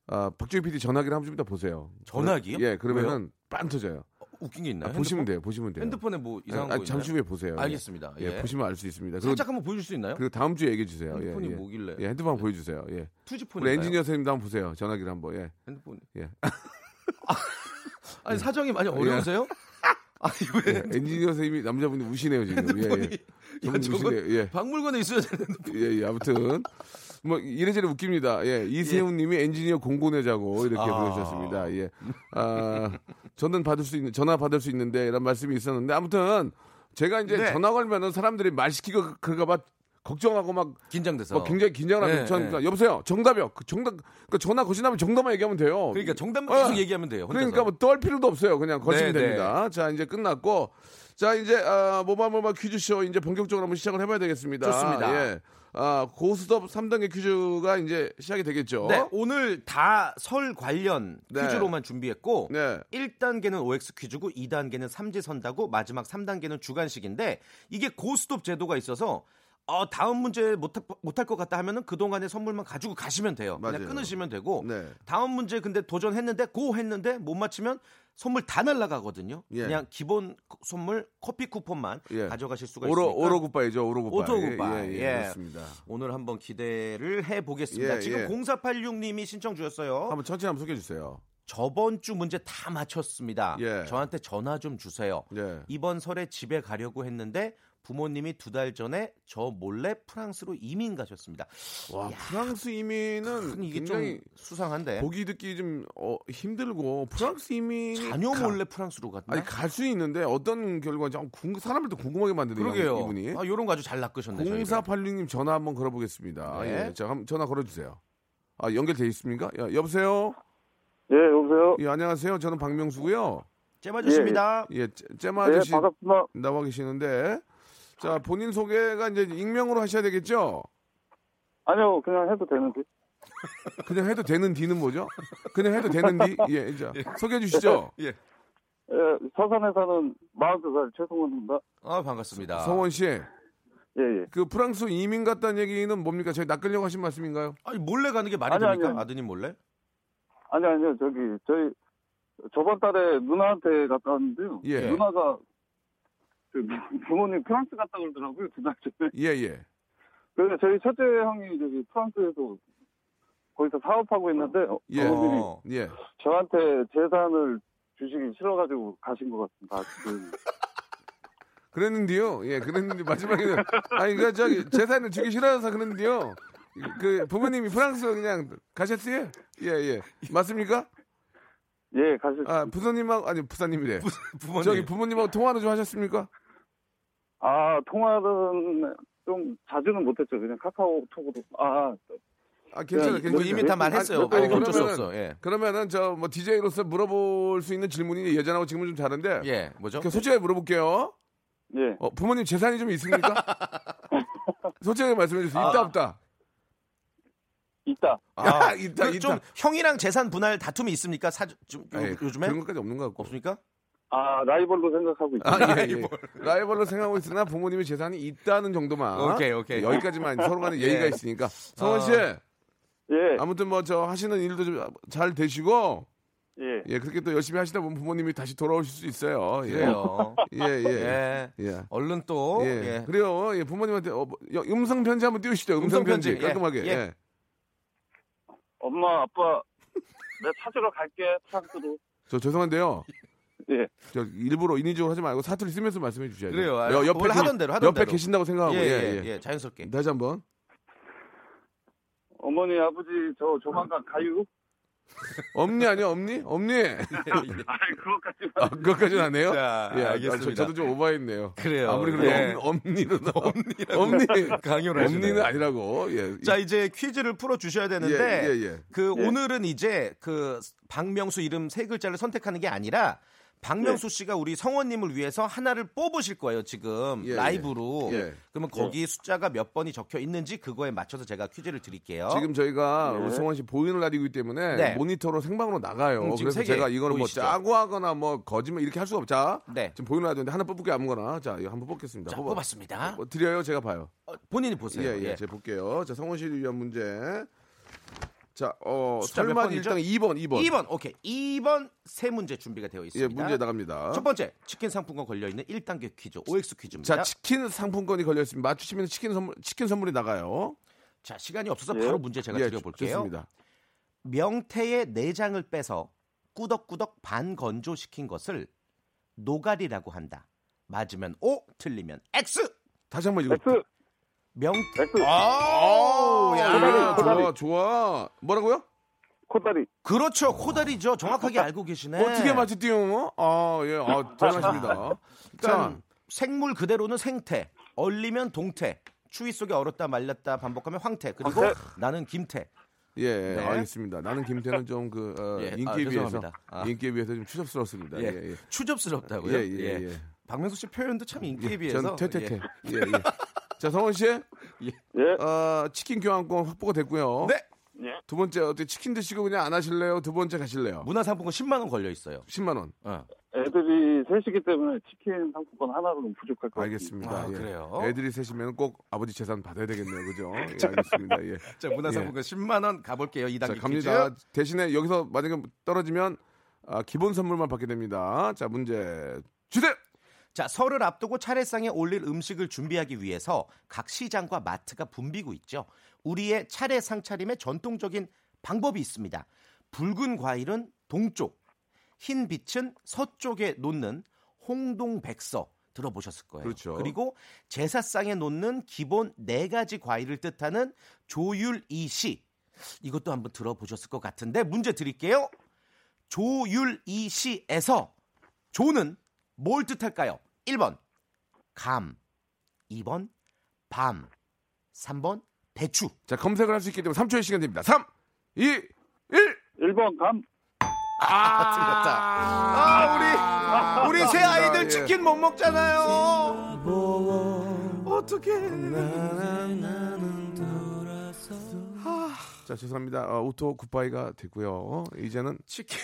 S1: 아, 박종현 PD 전화기를 한번 좀 이따 보세요.
S6: 전화기요?
S1: 예, 그러면은 빵 터져요.
S6: 어, 웃긴 게 있나요?
S1: 아, 보시면 돼요. 보시면 돼요.
S6: 핸드폰에 뭐 이상한
S1: 아,
S6: 거 있나요?
S1: 잠시 후에 보세요. 예.
S6: 알겠습니다.
S1: 예,
S6: 예.
S1: 보시면 알 수 있습니다. 그리고,
S6: 살짝 한번 보여줄 수 있나요?
S1: 그리고 다음 주에 얘기해 주세요. 예,
S6: 핸드폰이
S1: 예.
S6: 뭐길래? 네.
S1: 예, 핸드폰 한번 보여주세요. 예.
S6: 투지폰이
S1: 우리 엔지니어 선생님도 한번 보세요. 전화기를 한번. 예.
S6: 핸드폰.
S1: 예.
S6: 아니 사정이 많이 어려우세요? 아니 왜?
S1: 예, 엔지니어 선생님이 남자분이 우시네요 지금. 예,
S6: 핸드폰이
S1: 예.
S6: 야,
S1: 저분
S6: 저건
S1: 우시네요. 예.
S6: 박물관에 있어야 되는데
S1: 예, 예, 아무튼 뭐 이래저래 웃깁니다. 예, 이세훈님이 엔지니어 공고내자고 이렇게
S6: 아.
S1: 보내주셨습니다. 예, 아, 저는 받을 수 있는 전화 받을 수 있는데 이런 말씀이 있었는데 아무튼 제가 이제
S6: 네.
S1: 전화 걸면은 사람들이 말 시키고 그럴까봐 걱정하고 막,
S6: 긴장돼서.
S1: 막 굉장히 어, 긴장을
S6: 네,
S1: 하면 저는
S6: 네.
S1: 그러니까 여보세요 정답이요. 그 정답 그 전화 거신다면 정답만 얘기하면 돼요.
S6: 그러니까 정답만 계속
S1: 어.
S6: 얘기하면 돼요. 혼자서.
S1: 그러니까 뭐 떨 필요도 없어요. 그냥 거시면
S6: 네, 네.
S1: 됩니다. 자 이제 끝났고 자 이제 아, 모바모바 퀴즈쇼 이제 본격적으로 한번 시작을 해봐야 되겠습니다.
S6: 좋습니다.
S1: 예. 아 고스톱 3단계 퀴즈가 이제 시작이 되겠죠.
S6: 네, 오늘 다 설 관련
S1: 네.
S6: 퀴즈로만 준비했고
S1: 네.
S6: 1단계는 OX 퀴즈고 2단계는 삼지선다고 마지막 3단계는 주간식인데 이게 고스톱 제도가 있어서 어, 다음 문제 못할 못할 것 같다 하면은 그동안의 선물만 가지고 가시면 돼요.
S1: 맞아요.
S6: 그냥 끊으시면 되고
S1: 네.
S6: 다음 문제 근데 도전했는데 고 했는데 못 맞히면 선물 다 날라가거든요.
S1: 예.
S6: 그냥 기본 선물 커피 쿠폰만
S1: 예.
S6: 가져가실 수가
S1: 오로
S6: 있으니까
S1: 오로 굿바이죠. 오로 굿바이.
S6: 오토 굿바이.
S1: 예, 예,
S6: 예.
S1: 그렇습니다.
S6: 오늘 한번 기대를 해보겠습니다.
S1: 예,
S6: 지금
S1: 예.
S6: 0486님이 신청 주셨어요.
S1: 한번 천천히 한번 소개해 주세요.
S6: 저번 주 문제 다 맞췄습니다.
S1: 예.
S6: 저한테 전화 좀 주세요.
S1: 예.
S6: 이번 설에 집에 가려고 했는데 부모님이 두 달 전에 저 몰래 프랑스로 이민 가셨습니다.
S1: 와 프랑스 이민은
S6: 큰 이게
S1: 굉장히
S6: 좀 수상한데
S1: 보기 듣기 좀 어, 힘들고 프랑스 이민
S6: 자녀 몰래 프랑스로 갔나?
S1: 아니 갈 수 있는데 어떤 결과인지 아, 궁금- 사람을 또 궁금하게 만드네요.
S6: 그러게요.
S1: 이분이.
S6: 아, 요런 거 아주 잘 낚으셨네요.
S1: 0486님 전화 한번 걸어보겠습니다.
S6: 네.
S1: 예, 자, 한번 전화 걸어주세요. 아, 연결돼 있습니까? 야, 여보세요?
S7: 예, 여보세요.
S1: 예, 안녕하세요. 저는 박명수고요.
S6: 째봐주십니다.
S1: 예, 제- 제마
S7: 네,
S1: 아저씨
S7: 반갑습니다.
S1: 나와 계시는데, 자, 본인 소개가 이제 익명으로 하셔야 되겠죠?
S7: 아니요, 그냥 해도 되는데.
S1: 그냥 해도 되는 디는 뭐죠? 그냥 해도 되는 디? 예, 자, 소개해 주시죠.
S6: 예.
S7: 예, 서산에 사는 42살 최승원입니다.
S6: 아 반갑습니다.
S1: 성원 씨,
S7: 예, 예.
S1: 그 프랑스 이민 갔다는 얘기는 뭡니까? 저희 낚으려고 하신 말씀인가요?
S6: 아니 몰래 가는 게 말이
S7: 아니,
S6: 됩니까?
S7: 아니.
S6: 아드님 몰래?
S7: 아니, 아니요, 저기, 저희, 저번 달에 누나한테 갔다 왔는데요.
S1: 예.
S7: 누나가, 그, 부모님 프랑스 갔다 그러더라고요, 두 달 전에.
S1: 예, 예.
S7: 그래서 저희 첫째 형이 저기 프랑스에서 거기서 사업하고 있는데, 어,
S1: 예.
S7: 어머님이
S6: 어.
S1: 예.
S7: 저한테 재산을 주시기 싫어가지고 가신 것 같습니다. 지금.
S1: 그랬는데요. 예, 그랬는데 마지막에는 아니 그러니까 저기 재산을 주기 싫어서 그랬는데요. 그 부모님이 프랑스 그냥 가셨어요? 예, 예. 맞습니까?
S7: 예, 가실
S1: 아, 부모님하고 아니 부사님이래.
S6: 부모님.
S1: 저기 부모님하고 통화는 좀 하셨습니까?
S7: 아, 통화는 좀 자주는 못했죠. 그냥 카카오톡으로. 아,
S1: 아, 괜찮아요.
S7: 야,
S1: 괜찮아요.
S6: 뭐 이미 다 말했어요.
S1: 아니, 아니,
S6: 어, 어쩔 수
S1: 그러면은-
S6: 없어. 예.
S1: 그러면은 저 뭐 DJ로서 물어볼 수 있는 질문이 예전하고 지금은 좀 다른데
S6: 예. 뭐죠?
S1: 그 솔직하게 물어볼게요.
S7: 예.
S1: 어, 부모님 재산이 좀 있습니까? 솔직하게 말씀해 주세요.
S6: 아,
S1: 있다 없다.
S7: 있다.
S1: 아, 있다,
S6: 그
S1: 있다.
S6: 좀 형이랑 재산 분할 다툼이 있습니까? 사, 좀, 요,
S1: 아니, 예.
S6: 요즘에
S1: 그런 것까지 없는 것 같고.
S6: 없습니까?
S7: 아, 라이벌로 생각하고 있다.
S1: 아, 예, 예. 라이벌로 생각하고 있으나 부모님의 재산이 있다는 정도만.
S6: 아, 오케이, 오케이.
S1: 여기까지만 서로 간에 예의가
S6: 예.
S1: 있으니까. 성원 씨, 네.
S7: 예,
S1: 아무튼 뭐 저 하시는 일도 좀 잘 되시고,
S7: 예.
S1: 예, 그렇게 또 열심히 하시다 보면 부모님이 다시 돌아오실 수 있어요. 예.
S6: 그래요.
S1: 예, 예.
S6: 예.
S1: 예.
S6: 얼른 또
S1: 예.
S6: 예.
S1: 그래요. 예, 부모님한테 어, 뭐, 여- 음성 편지 한번 띄우시죠. 음성
S6: 음성 편지.
S1: 편지
S6: 예.
S1: 깔끔하게.
S6: 예.
S1: 예.
S7: 엄마, 아빠, 내가 찾으러 갈게, 프랑스로.
S1: 저 죄송한데요.
S7: 예.
S1: 저 일부러 인위적으로 하지 말고 사투리 쓰면서 말씀해 주셔야 돼요.
S6: 그래요. 아,
S1: 여-
S6: 원래
S1: 계-
S6: 하던 대로, 하던
S1: 옆에
S6: 대로.
S1: 계신다고 생각하고
S6: 예, 예,
S1: 예,
S6: 예, 자연스럽게.
S1: 다시 한번.
S7: 어머니, 아버지, 저 조만간 가요?
S1: 없니 아니야 없니 없니.
S7: 아니, 그것까지만.
S1: 아, 그것까지는 안 해요.
S6: 자,
S1: 예, 아,
S6: 알겠습니다.
S1: 저, 도좀 오버했네요.
S6: 그래요.
S1: 아무리 그래도
S6: 예.
S1: 엄, 니는 엄니
S6: 강요를
S1: 엄니는
S6: 하시네요.
S1: 아니라고. 예.
S6: 자 이제 퀴즈를 풀어 주셔야
S1: 예,
S6: 되는데
S1: 예, 예.
S6: 그 오늘은 이제 그 박명수 이름 세 글자를 선택하는 게 아니라
S1: 예.
S6: 박명수 씨가 우리 성원님을 위해서 하나를 뽑으실 거예요 지금
S1: 예,
S6: 라이브로.
S1: 예.
S6: 그러면 거기 숫자가 몇 번이 적혀 있는지 그거에 맞춰서 제가 퀴즈를 드릴게요.
S1: 지금 저희가 성원 씨 보이는 라디오이기 때문에
S6: 예. 네.
S1: 모니터로 생방으로 나가요.
S6: 음, 지금
S1: 그래서
S6: 세개
S1: 제가 이거는 뭐
S6: 보이시죠?
S1: 짜고 하거나 뭐 거짓말 이렇게 할 수가 없자.
S6: 네.
S1: 지금 보이는 라디오인데 하나 뽑을게 아무거나. 자, 이거 한번 뽑겠습니다.
S6: 자,
S1: 뽑아-
S6: 뽑았습니다.
S1: 어, 드려요, 제가 봐요.
S6: 어, 본인이 보세요.
S1: 예, 예,
S6: 예.
S1: 제가 볼게요. 자, 성원 씨를 위한 문제. 자, 어,
S6: 숫자 몇
S1: 설마
S6: 번이죠?
S1: 일단 2번, 2번.
S6: 2번 오케이. 2번 세 문제 준비가 되어
S1: 예,
S6: 있습니다.
S1: 문제 나갑니다.
S6: 첫 번째 치킨 상품권 걸려 있는 1단계 퀴즈 OX 퀴즈입니다.
S1: 자,
S6: 자,
S1: 치킨 상품권이 걸려 있습니다. 맞추시면 치킨 선물 치킨 선물이 나가요.
S6: 시간이 없어서 바로 문제 제가
S1: 예,
S6: 드려볼게요.
S1: 좋습니다.
S6: 명태의 내장을 빼서 꾸덕꾸덕 반 건조시킨 것을 노가리라고 한다. 맞으면 O, 틀리면 X.
S1: 다시 한번 읽어.
S7: X,
S6: 명태.
S7: X,
S6: 오,
S1: 아,
S6: 야.
S7: 코다리.
S1: 좋아, 좋아. 뭐라고요?
S7: 코다리.
S6: 그렇죠. 코다리죠. 정확하게 알고 계시네.
S1: 어떻게 맞추띠요? 아, 예, 아, 대단하십니다. 자,
S6: 그러니까 생물 그대로는 생태, 얼리면 동태, 추위 속에 얼었다 말렸다 반복하면 황태, 그리고
S7: 황태.
S6: 나는 김태.
S1: 예,
S6: 네.
S1: 알겠습니다. 나는 김태는 좀 그, 어,
S6: 예, 아,
S1: 인기에 비해서,
S6: 죄송합니다. 아.
S1: 인기에 비해서 좀 추접스럽습니다. 예, 예.
S6: 추접스럽다고요?
S1: 예, 예, 예.
S6: 박명수 씨 표현도 참 인기에 비해서
S1: 전 퇴퇴퇴.
S6: 예.
S1: 예, 예. 자, 성원 씨,
S7: 예.
S1: 어, 치킨 교환권 확보가 됐고요.
S6: 네.
S7: 예.
S1: 두 번째, 어떻게 치킨 드시고 그냥 안 하실래요? 두 번째 가실래요?
S6: 문화상품권 10만 원 걸려 있어요.
S1: 10만원.
S7: 애들이 셋이기 때문에 치킨 상품권 하나로는 부족할 것 같아요.
S1: 알겠습니다.
S6: 아,
S1: 예.
S6: 그래요?
S1: 애들이 셋이면 꼭 아버지 재산 받아야 되겠네요. 그죠? 예, 알겠습니다. 예.
S6: 자, 문화상품권 10만 원 가볼게요. 이단
S1: 자
S6: 계
S1: 갑니다. 대신에 여기서 만약에 떨어지면 아, 기본 선물만 받게 됩니다. 자 문제 주세요.
S6: 자, 설을 앞두고 차례상에 올릴 음식을 준비하기 위해서 각 시장과 마트가 붐비고 있죠. 우리의 차례상 차림의 전통적인 방법이 있습니다. 붉은 과일은 동쪽, 흰 빛은 서쪽에 놓는 홍동백서 들어보셨을 거예요.
S1: 그렇죠.
S6: 그리고 제사상에 놓는 기본 네 가지 과일을 뜻하는 조율이시 이것도 한번 들어보셨을 것 같은데 문제 드릴게요. 조율이시에서 조는 뭘 뜻할까요? 1번 감, 2번 밤, 3번 배추.
S1: 자 검색을 할 수 있기 때문에 3초의 시간 됩니다. 3, 2, 1.
S7: 1번 감.
S6: 아, 틀렸다. 아, 우리 우리 새 아이들
S1: 예.
S6: 치킨 못 먹잖아요. 어떻게?
S1: 자 죄송합니다. 아, 오토 굿바이가 됐고요. 이제는
S6: 치킨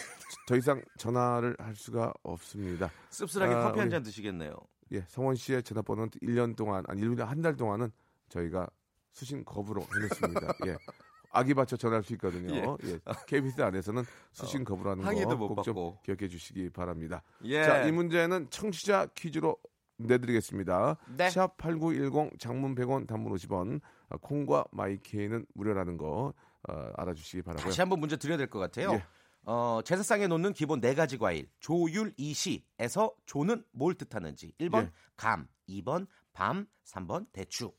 S1: 더 이상 전화를 할 수가 없습니다.
S6: 씁쓸하게
S1: 아,
S6: 커피 한
S1: 우리-
S6: 잔 드시겠네요.
S1: 예, 성원 씨의 전화번호는 1년 동안 아니 1년 한 달 동안은 저희가 수신 거부로 해냈습니다. 예. 아기 받쳐 전화할 수 있거든요. 예. KBS 안에서는 수신 거부로 하는
S6: 항의도 못
S1: 거꼭 좀
S6: 받고.
S1: 기억해 주시기 바랍니다.
S6: 예.
S1: 뭐, 자, 이 문제는 청취자 퀴즈로 내드리겠습니다.
S6: 네.
S1: 샵 8910 장문 100원 단문 50원 아, 콩과 마이케이는 무료라는 거 어, 알아주시기 바라고요.
S6: 다시 한번 문제 드려야 될 것 같아요.
S1: 예.
S6: 어, 제사상에 놓는 기본 네 가지 과일 조율이시에서 조는 뭘 뜻하는지 1번
S1: 예.
S6: 감, 2번 밤, 3번 대추.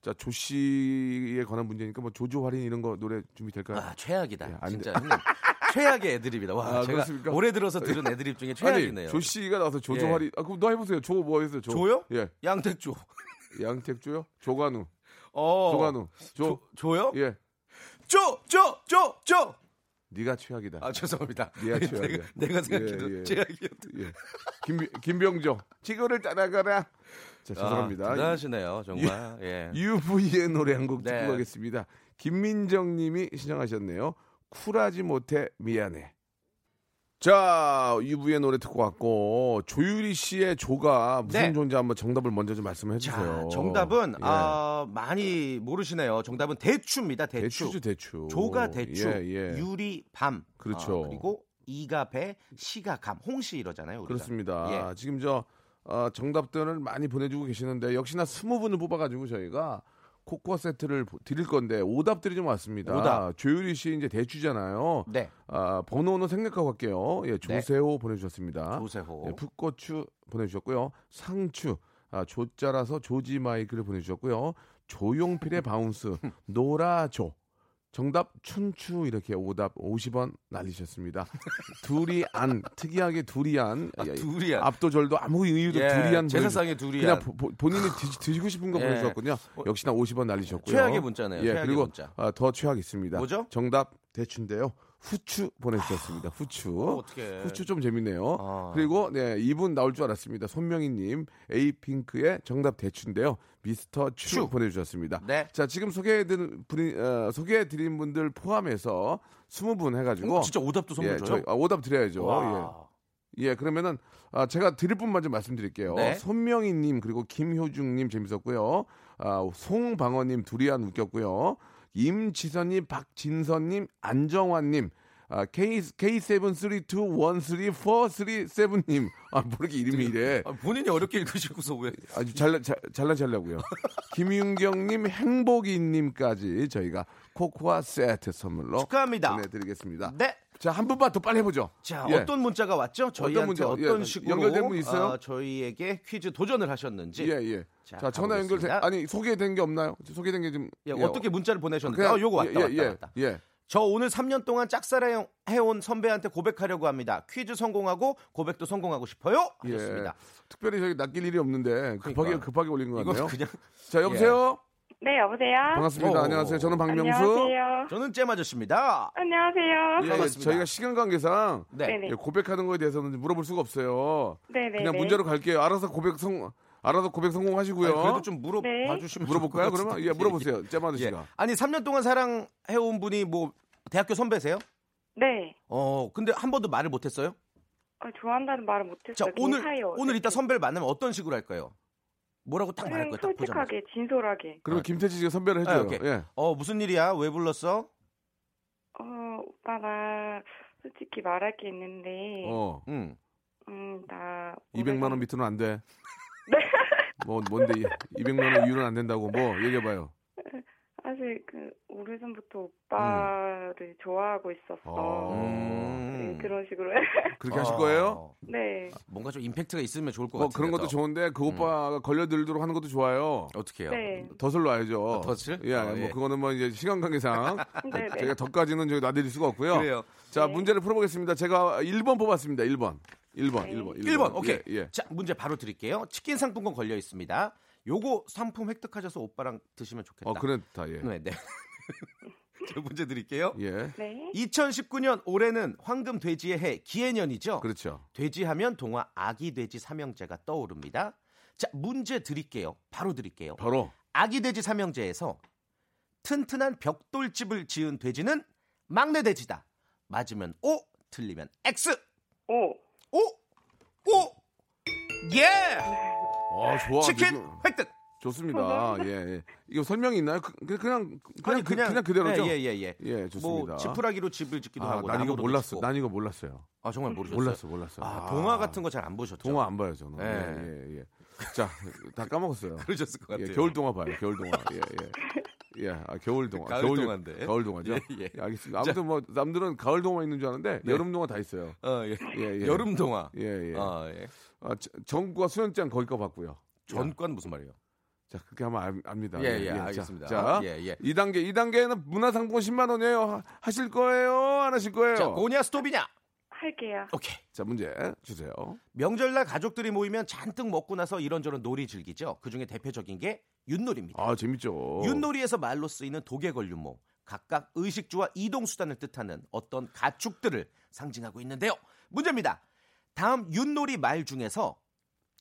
S1: 자, 조 씨에 관한 문제니까 뭐 조조 할인 이런 거 노래 준비될까요?
S6: 아 최악이다
S1: 예, 안
S6: 진짜 형님 최악의 애드립이다 와
S1: 아,
S6: 제가
S1: 그렇습니까?
S6: 올해 들어서 들은 애드립 중에 최악이네요
S1: 조 씨가 나와서 조조
S6: 예.
S1: 할인. 아, 그럼 너 해보세요. 조 뭐 해보세요. 조.
S6: 조요?
S1: 예.
S6: 양택조
S1: 양택조요? 조관우.
S6: 어
S1: 조관우. 조.
S6: 조, 요
S1: 예.
S6: 쪼! 쪼! 쪼! 쪼!
S1: 네가 최악이다.
S6: 아 죄송합니다
S1: 미안,
S6: 내가,
S1: 네, 최악이야.
S6: 내가 생각해도
S1: 예, 예.
S6: 최악이었다
S1: 예. 김 김병조. 지구를 따라가라. 자, 죄송합니다.
S6: 아, 대단하시네요 정말 예.
S1: UV의 노래 한 곡 듣고
S6: 네.
S1: 가겠습니다. 김민정 님이 신청하셨네요. 쿨하지 못해 미안해. 자, UV의 노래 듣고 왔고 조유리 씨의 조가 무슨
S6: 네.
S1: 존재 한번 정답을 먼저 좀 말씀해 주세요.
S6: 자 정답은
S1: 예.
S6: 아 많이 모르시네요 정답은 대추입니다
S1: 예,
S6: 대추,
S1: 대추죠, 대추.
S6: 조가 대추
S1: 예, 예.
S6: 유리 밤
S1: 그렇죠.
S6: 아, 그리고 이가 배 시가 감 홍시 이러잖아요 우리가.
S1: 그렇습니다.
S6: 예.
S1: 지금 저 어, 정답들을 많이 보내주고 계시는데 역시나 스무 분을 뽑아가지고 저희가 코코아 세트를 보- 드릴 건데 오답들이 좀 왔습니다.
S6: 오답.
S1: 조유리 씨 이제 대추잖아요.
S6: 네.
S1: 아, 번호는 생략하고 갈게요. 예, 조세호 보내주셨습니다.
S6: 조세호.
S1: 예, 풋고추 보내주셨고요. 상추, 아, 조자라서 조지 마이크를 보내주셨고요. 조용필의 바운스, 노라조. 정답 춘추 이렇게 오답 50원 날리셨습니다. 두리안 특이하게 두리안 예,
S6: 아, 두리안.
S1: 압도절도 아무 이유도
S6: 예,
S1: 두리안
S6: 제 세상에
S1: 보내주- 그냥
S6: 두리안.
S1: 보- 보- 본인이 드, 시고 싶은 거
S6: 예.
S1: 보내주셨거든요. 역시나 50원 날리셨고요.
S6: 최악의 문자네요.
S1: 예
S6: 최악의
S1: 그리고
S6: 문자.
S1: 아, 더 최악 있습니다.
S6: 뭐죠? 아,
S1: 정답 대추인데요. 후추 보내주셨습니다. 후추.
S6: 어떡해.
S1: 후추 좀 재밌네요.
S6: 아.
S1: 그리고 네 이분 나올 줄 알았습니다. 손명희님 에이핑크의 정답 대추인데요. 미스터 추,
S6: 추.
S1: 보내주셨습니다.
S6: 네.
S1: 자 지금 소개해드린 분이 어, 소개해드린 분들 포함해서 20분 해가지고
S6: 어, 진짜 오답도 선물
S1: 예,
S6: 줘요?
S1: 저희- 아, 오답
S6: 어,
S1: 드려야죠.
S6: 와.
S1: 예. 예, 그러면은 아, 제가 드릴 분만 좀 말씀드릴게요.
S6: 네.
S1: 손명희님 그리고 김효중님 재밌었고요. 아, 송방어님 두리안 웃겼고요. 임지선님, 박진선님, 안정환님. 아, K, K7332134347님. 아, 모르게 이름이 이래.
S6: 아, 본인이 어렵게 읽으시고서 왜?
S1: 아주 잘난 잘- 잘난 려고요 김윤경님, 행복이님까지 저희가 코코아 세트 선물로
S6: 축하합니다.
S1: 보내드리겠습니다.
S6: 네.
S1: 자, 한 분만 더 빨리 해보죠.
S6: 자
S1: 예.
S6: 어떤 문자가 왔죠? 저희한테
S1: 어떤
S6: 어떤,
S1: 문자? 예,
S6: 식으로
S1: 연결된 분 있어요?
S6: 아, 저희에게 퀴즈 도전을 하셨는지
S1: 예, 예.
S6: 자,
S1: 자, 전화 연결 돼.
S6: 가보겠습니다.
S1: 아니, 소개된 게 없나요? 소개된 게 지금
S6: 예, 어떻게 문자를 보내셨는지 아 요거 왔다
S1: 예,
S6: 왔다
S1: 예,
S6: 왔다
S1: 예.
S6: 저 오늘 3년 동안 짝사랑해온 선배한테 고백하려고 합니다 퀴즈 성공하고 고백도 성공하고 싶어요
S1: 예.
S6: 하셨습니다
S1: 특별히 저기 낚일 일이 없는데 급하게
S6: 그러니까.
S1: 급하게 올린 것
S6: 이거
S1: 같네요.
S6: 그냥 예. 어,
S1: 자, 여보세요.
S8: 네, 여보세요?
S1: 반갑습니다.
S6: 오.
S1: 안녕하세요. 저는 박명수.
S8: 안녕하세요.
S6: 저는 잼 아저씨입니다
S8: 안녕하세요.
S1: 예, 예,
S6: 반갑습니다.
S1: 저희가 시간 관계상
S6: 네.
S8: 네네.
S1: 예, 고백하는 거에 대해서는 물어볼 수가 없어요.
S8: 네네.
S1: 그냥 문제로 갈게요. 알아서 고백 성 알아서 고백 성공하시고요.
S6: 아니, 그래도 좀 물어봐
S8: 네.
S6: 주시면
S1: 물어볼까요?
S6: 좋을 것
S1: 그러면
S6: 같은데.
S1: 예, 물어보세요. 잼마드
S6: 예.
S1: 씨가.
S6: 아니 3년 동안 사랑해온 분이 뭐 대학교 선배세요?
S8: 네.
S6: 어 근데 한 번도 말을 못했어요?
S8: 어, 좋아한다는 말을
S6: 자
S8: 못했어요. 네.
S6: 오늘 오늘 이따 선배를 만나면 어떤 식으로 할까요? 뭐라고 딱 말할
S8: 그냥
S6: 거예요? 딱 보자마자.
S8: 음, 솔직하게, 진솔하게.
S1: 그러면
S6: 아.
S1: 김태지 씨가 선배를 해줘요.
S6: 아, 오케이.
S1: 예.
S6: 어 무슨 일이야? 왜 불렀어?
S8: 어, 오빠, 나 솔직히 말할 게 있는데,
S1: 어.
S6: 응.
S8: 음, 나.
S1: 200만 원
S8: 올해는-
S1: 밑으로는 안 돼. 뭐 뭔데 이- 200만 원 이유는 안 된다고 뭐 얘기해봐요.
S8: 사실, 그, 오래전부터 오빠를 좋아하고 있었어.
S1: 음. 어.
S8: 네,
S6: 음.
S8: 그런 식으로.
S1: 그렇게 하실 거예요?
S6: 어,
S8: 네.
S1: 아,
S6: 뭔가 좀 임팩트가 있으면 좋을 것
S1: 뭐
S6: 같아요. 음.
S1: 그런 것도 좋은데 그 오빠가 걸려들도록 하는 것도 좋아요.
S6: 어떻게 해요?
S8: 네.
S1: 덫을 놔야죠.
S6: 아, 덫을?
S1: 예,
S6: 어,
S1: 뭐
S6: 예.
S1: 그거는 뭐 이제 시간 관계상
S8: 네, 네.
S1: 제가 덫까지는 저희 놔드릴 수가 없고요.
S6: 그래요.
S1: 자 문제를 풀어보겠습니다. 제가 1번 뽑았습니다. 1번, 1번, 1번,
S6: 1번 오케이.
S1: 예, 예.
S6: 자 문제 바로 드릴게요. 치킨 상품권 걸려 있습니다. 요거 상품 획득하셔서 오빠랑 드시면 좋겠다.
S1: 어 그렇다. 예,
S6: 네, 네. 저 문제 드릴게요.
S1: 예,
S8: 네.
S6: 2019년 올해는 황금 돼지의 해 기해년이죠.
S1: 그렇죠.
S6: 돼지하면 동화 아기 돼지 삼형제가 떠오릅니다. 자 문제 드릴게요. 바로 드릴게요.
S1: 바로
S6: 아기 돼지 삼형제에서 튼튼한 벽돌집을 지은 돼지는 막내 돼지다. 맞으면 O, 틀리면 X.
S8: 오.
S6: O, O, 예.
S1: 아 좋아.
S6: 치킨
S1: 지금
S6: 획득.
S1: 좋습니다. 예, 예. 이거 설명이 있나요? 그, 그- 그냥 그냥
S6: 아니,
S1: 그, 그냥 그대로죠.
S6: 예, 예, 예.
S1: 예, 좋습니다.
S6: 뭐 지푸라기로 집을 짓기도
S1: 아,
S6: 하고.
S1: 난 이거
S6: 나무로도
S1: 몰랐어.
S6: 짓고.
S1: 난 이거 몰랐어요.
S6: 아 정말 모르셨어요.
S1: 몰랐어, 몰랐어.
S6: 아, 동화 같은 거 잘 안 보셨죠?
S1: 동화 안 봐요 저는.
S6: 예.
S1: 예, 예, 예. 자, 다 까먹었어요.
S6: 그러셨을 것 같아요.
S1: 예, 겨울 동화 봐요. 겨울 동화. 예, 예. 예, 아, 겨울 동화.
S6: 가을
S1: 겨울,
S6: 동화인데.
S1: 가을 동화죠.
S6: 예, 예.
S1: 알겠습니다. 아무튼 뭐 남들은 가을 동화 있는 줄 아는데 여름 동화 다 있어요.
S6: 어, 예.
S1: 예, 예.
S6: 여름 동화.
S1: 예, 예.
S6: 아, 예.
S1: 아, 저- 정구와 수연장 거기 거 봤고요.
S6: 전관 무슨 말이에요?
S1: 자, 그렇게 하면 알- 압니다.
S6: 예, 예,
S1: 자,
S6: 알겠습니다.
S1: 자,
S6: 예, 예.
S1: 2단계, 2단계는 문화상품권 10만 원이에요. 하- 하실 거예요? 안 하실 거예요?
S6: 자, 고냐 스톱이냐?
S8: 할게요.
S1: 어.
S6: 오케이.
S1: 자, 문제 주세요.
S6: 명절날 가족들이 모이면 잔뜩 먹고 나서 이런저런 놀이 즐기죠. 그중에 대표적인 게 윷놀이입니다.
S1: 아, 재밌죠.
S6: 윷놀이에서 말로 쓰이는 도개걸 윷몸. 각각 의식주와 이동 수단을 뜻하는 어떤 가축들을 상징하고 있는데요. 문제입니다. 다음 윷놀이 말 중에서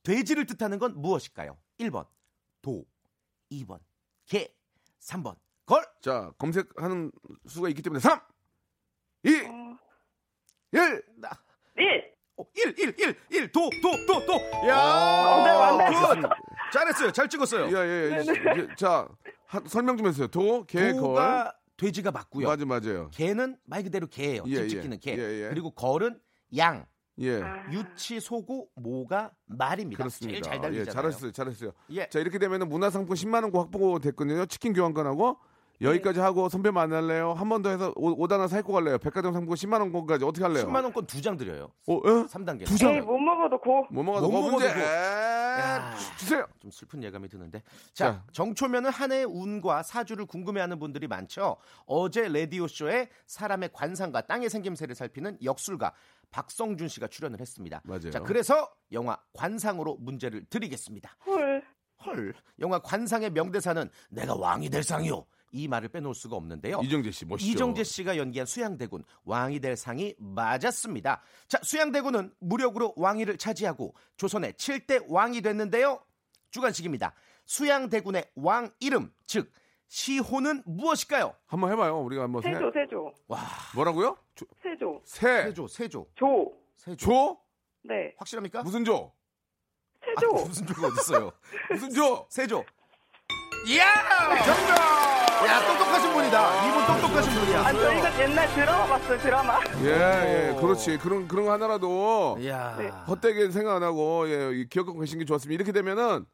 S6: 돼지를 뜻하는 건 무엇일까요? 1번 도, 2번 개, 3번 걸.
S1: 자, 검색하는 수가 있기 때문에 3, 2,
S8: 어,
S6: 어.
S1: 1.
S6: 나,
S8: 1.
S6: 어, 1, 1, 1, 1, 도, 도, 도, 도.
S1: 아,
S6: 야, 굿. 잘했어요. 잘 찍었어요.
S1: 예, 예, 예. 예, 자, 한- 설명 좀 해주세요. 도, 개, 걸.
S6: 도가 돼지가 맞고요.
S1: 맞아, 맞아요.
S6: 개는 말 그대로 개예요.
S1: 예,
S6: 집 지키는
S1: 예.
S6: 개.
S1: 예, 예.
S6: 그리고 걸은 양.
S1: 예.
S8: 아,
S6: 유치, 소고, 모가, 말입니다.
S1: 그렇습니다.
S6: 제일 잘
S1: 예,
S6: 달리잖아요.
S1: 잘하셨어요. 잘하셨어요.
S6: 예.
S1: 자, 이렇게 되면 문화상품 10만 원고 확보가 됐거든요. 치킨 교환권하고
S6: 네.
S1: 여기까지 하고 선배 만날래요? 한 번 더 해서 옷, 옷 하나 사입고 갈래요? 백화점 상품권 10만 원권까지 어떻게 할래요?
S6: 10만 원권 두 장 드려요.
S1: 어, 예?
S6: 3단계.
S1: 두 장?
S8: 에이, 못 먹어도 고.
S1: 뭐 먹어도
S6: 못
S1: 뭐 문제?
S6: 먹어도 뭐.
S1: 에이,
S6: 야.
S1: 주- 주세요.
S6: 좀 슬픈 예감이 드는데. 자,
S1: 자.
S6: 정초면은 한 해의 운과 사주를 궁금해하는 분들이 많죠. 어제 라디오쇼에 사람의 관상과 땅의 생김새를 살피는 역술가 박성준 씨가 출연을 했습니다.
S1: 맞아요.
S6: 자, 그래서 영화 관상으로 문제를 드리겠습니다.
S8: 헐.
S6: 헐, 영화 관상의 명대사는 내가 왕이 될 상이요. 이 말을 빼놓을 수가 없는데요.
S1: 이정재 씨 멋있죠.
S6: 이정재 씨가 연기한 수양대군 왕이 될 상이 맞았습니다. 자, 수양대군은 무력으로 왕위를 차지하고 조선의 7대 왕이 됐는데요. 주간식입니다. 수양대군의 왕 이름, 즉 시호는 무엇일까요?
S1: 한번 해봐요. 우리가 한번 세-
S8: 세조, 세조.
S1: 뭐라고요? 조-
S8: 세조.
S1: 세,
S6: 세조, 세조,
S8: 조.
S6: 세조.
S1: 조
S8: 네.
S6: 확실합니까?
S1: 무슨 조?
S8: 세조.
S6: 아, 무슨 조가 어딨어요?
S1: 무슨 조?
S6: 세조. 이야! 정답! 야, 똑똑하신 분이다. 이분 똑똑하신 분이야.
S8: 아, 저 이거 옛날 드라마 봤어요, 드라마.
S1: 예, 예, 그렇지. 그런 그런 거 하나라도
S6: 이야.
S8: 네.
S1: 헛되게 생각 안 하고 예, 이 기억하고 계신 게 좋았습니다. 이렇게 되면은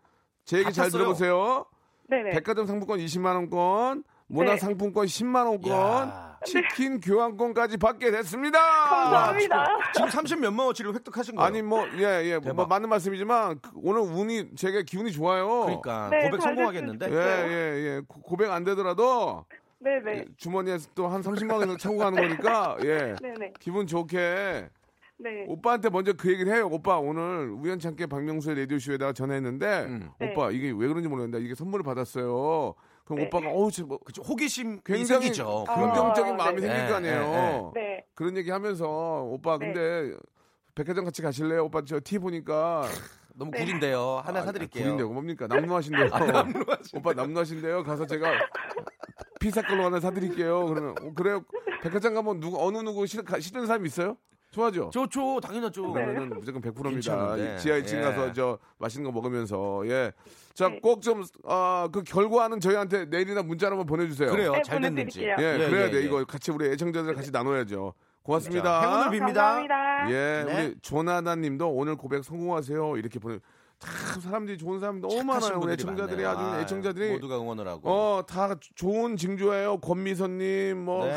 S1: 제 얘기
S6: 다
S1: 잘
S6: 탔어요.
S1: 들어보세요.
S8: 네네.
S1: 백화점 상품권 20만 원권, 문화
S8: 네.
S1: 상품권 10만 원권,
S6: 야.
S1: 치킨 교환권까지 받게 됐습니다.
S8: 감사합니다.
S6: 지금 30 몇만 원치를 획득하신 거예요.
S1: 아니 뭐 예 예 뭐,
S6: 대박.
S1: 맞는 말씀이지만 그- 오늘 운이 제가 기운이 좋아요.
S6: 그러니까
S8: 네,
S6: 고백
S8: 잘
S6: 성공하겠는데.
S8: 됐습니다.
S1: 예예예 고- 고백 안 되더라도
S8: 네네.
S1: 주머니에 서 또 한 30만 원을 차고 가는 거니까 예
S8: 네네.
S1: 기분 좋게
S8: 네.
S1: 오빠한테 먼저 그 얘기를 해요. 오빠 오늘 우연찮게 박명수의 라디오 쇼에다가 전화했는데
S6: 음.
S1: 오빠 이게 왜 그런지 모르겠는데 이게 선물을 받았어요. 그럼
S8: 네.
S1: 오빠가 어우 저 뭐,
S6: 그쵸, 호기심이
S1: 굉장히
S6: 생기죠.
S8: 아,
S1: 긍정적인 마음이
S8: 네.
S1: 생길 거 아니에요.
S6: 네, 네,
S8: 네.
S1: 그런 얘기 하면서 오빠
S8: 네.
S1: 근데 백화점 같이 가실래요? 오빠 저 티 보니까
S6: 너무
S8: 네.
S6: 구린데요.
S1: 아,
S6: 하나 사드릴게요. 아,
S1: 군인데요. 뭡니까? 남루하신데요.
S6: 남루하신데요.
S1: 오빠 남루하신데요. 가서 제가 피사 걸로 하나 사드릴게요. 그러면 어, 그래요. 백화점 가면 누구 어느 누구 싫, 가- 싫은 사람 있어요? 좋아하죠.
S6: 좋죠,
S8: 네.
S6: 당연하죠.
S1: 그러면은 무조건 100%입니다.
S6: 괜찮은데.
S1: 지하 1층
S6: 예.
S1: 가서 저 맛있는 거 먹으면서 예. 자,
S8: 네.
S1: 꼭 좀 아, 그 결과는 저희한테 내일이나 문자로 한번 보내 주세요.
S6: 그래요,
S8: 네,
S6: 잘 됐는지.
S8: 보내드릴게요.
S1: 예,
S6: 예,
S1: 그래야
S6: 예,
S1: 돼.
S6: 예.
S1: 이거 같이 우리 애청자들 같이 나눠야죠. 고맙습니다.
S6: 진짜. 그렇죠. 행운을 빕니다.
S8: 감사합니다.
S1: 예,
S6: 네.
S1: 우리 조나단 님도 오늘 고백 성공하세요. 이렇게 보내 참 사람들이 좋은 사람이 너무 많아요. 우리 애청자들이
S6: 많네요.
S1: 아주
S6: 아유,
S1: 애청자들이
S6: 모두가 응원을 하고.
S1: 어, 다 좋은 징조예요. 권미선 님, 뭐
S6: 네.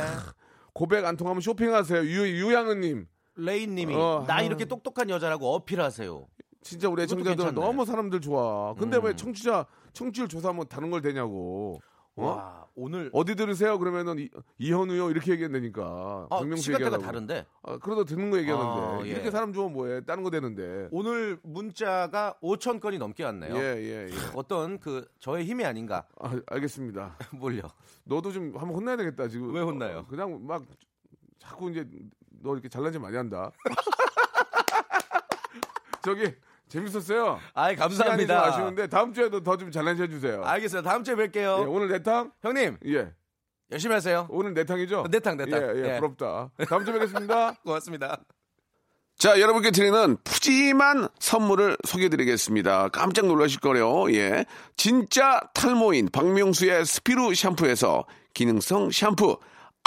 S1: 고백 안 통하면 쇼핑하세요. 유 유양은 님.
S6: 레인님이
S1: 어,
S6: 나
S1: 아유.
S6: 이렇게 똑똑한 여자라고 어필하세요.
S1: 진짜 우리
S6: 그것도
S1: 애청자들
S6: 괜찮네.
S1: 너무 사람들 좋아. 근데
S6: 음.
S1: 왜 청취자 청취율 조사하면 다른 걸 되냐고. 어?
S6: 와 오늘
S1: 어디 들으세요? 그러면은 이, 이현우요 이렇게 얘기한다니까.
S6: 아,
S1: 박명수
S6: 시간대가
S1: 얘기하라고.
S6: 다른데
S1: 아, 그러다 듣는 거 얘기하는데
S6: 아, 예.
S1: 이렇게 사람 좋으면 뭐해? 다른 거 되는데.
S6: 오늘 문자가 5천 건이 넘게 왔네요.
S1: 예예 예,
S6: 어떤 그 저의 힘이 아닌가
S1: 아, 알겠습니다.
S6: 몰려.
S1: 너도 좀 한번 혼나야 되겠다 지금.
S6: 왜 혼나요?
S1: 어, 그냥 막 자꾸 이제 너 이렇게 잘난 짓 많이 한다. 저기 재밌었어요.
S6: 아이
S1: 시간이 좀
S6: 감사합니다.
S1: 아쉬운데 다음 주에도 더 좀 잘난 짓 해주세요.
S6: 알겠습니다. 다음 주에
S1: 예,
S6: 뵐게요.
S1: 오늘 내탕
S6: 형님
S1: 예.
S6: 열심히 하세요.
S1: 오늘 내탕이죠?
S6: 내탕, 내탕.
S1: 예, 예,
S6: 예.
S1: 부럽다. 다음 주에 뵙겠습니다.
S6: 고맙습니다.
S1: 자, 여러분께 드리는 푸짐한 선물을 소개해드리겠습니다. 깜짝 놀라실 거래요. 예. 진짜 탈모인 박명수의 스피루 샴푸에서 기능성 샴푸.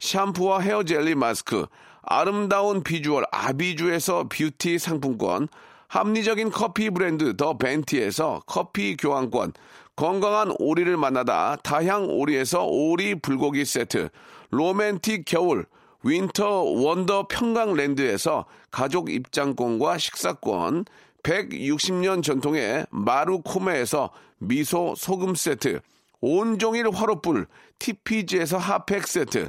S1: 샴푸와 헤어 젤리 마스크, 아름다운 비주얼 아비주에서 뷰티 상품권, 합리적인 커피 브랜드 더 벤티에서 커피 교환권, 건강한 오리를 만나다 다향 오리에서 오리 불고기 세트, 로맨틱 겨울, 윈터 원더 평강랜드에서 가족 입장권과 식사권, 160년 전통의 마루코메에서 미소 소금 세트, 온종일 화로불 TPG에서 핫팩 세트,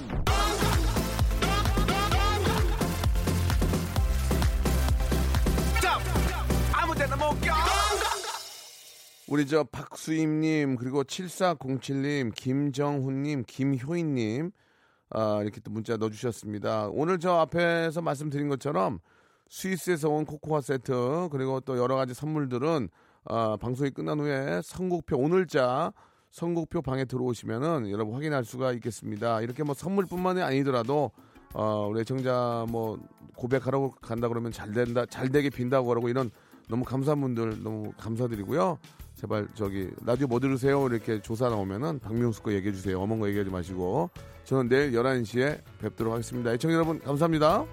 S1: 우리 저 박수임님 그리고 7407님 김정훈님 김효인님 아, 이렇게 또 문자 넣어주셨습니다. 오늘 저 앞에서 말씀드린 것처럼 스위스에서 온 코코아 세트 그리고 또 여러 가지 선물들은 아, 방송이 끝난 후에 선곡표 오늘자 선곡표 방에 들어오시면은 여러분 확인할 수가 있겠습니다. 이렇게 뭐 선물뿐만이 아니더라도 어, 우리 정자 뭐 고백하라고 간다 그러면 잘 된다 잘 되게 빈다고 그러고 이런 너무 감사한 분들 너무 감사드리고요. 제발 저기 라디오 뭐 들으세요 이렇게 조사 나오면은 박명수 거 얘기해 주세요. 어머거 얘기하지 마시고 저는 내일 11시에 뵙도록 하겠습니다. 애청자 여러분 감사합니다.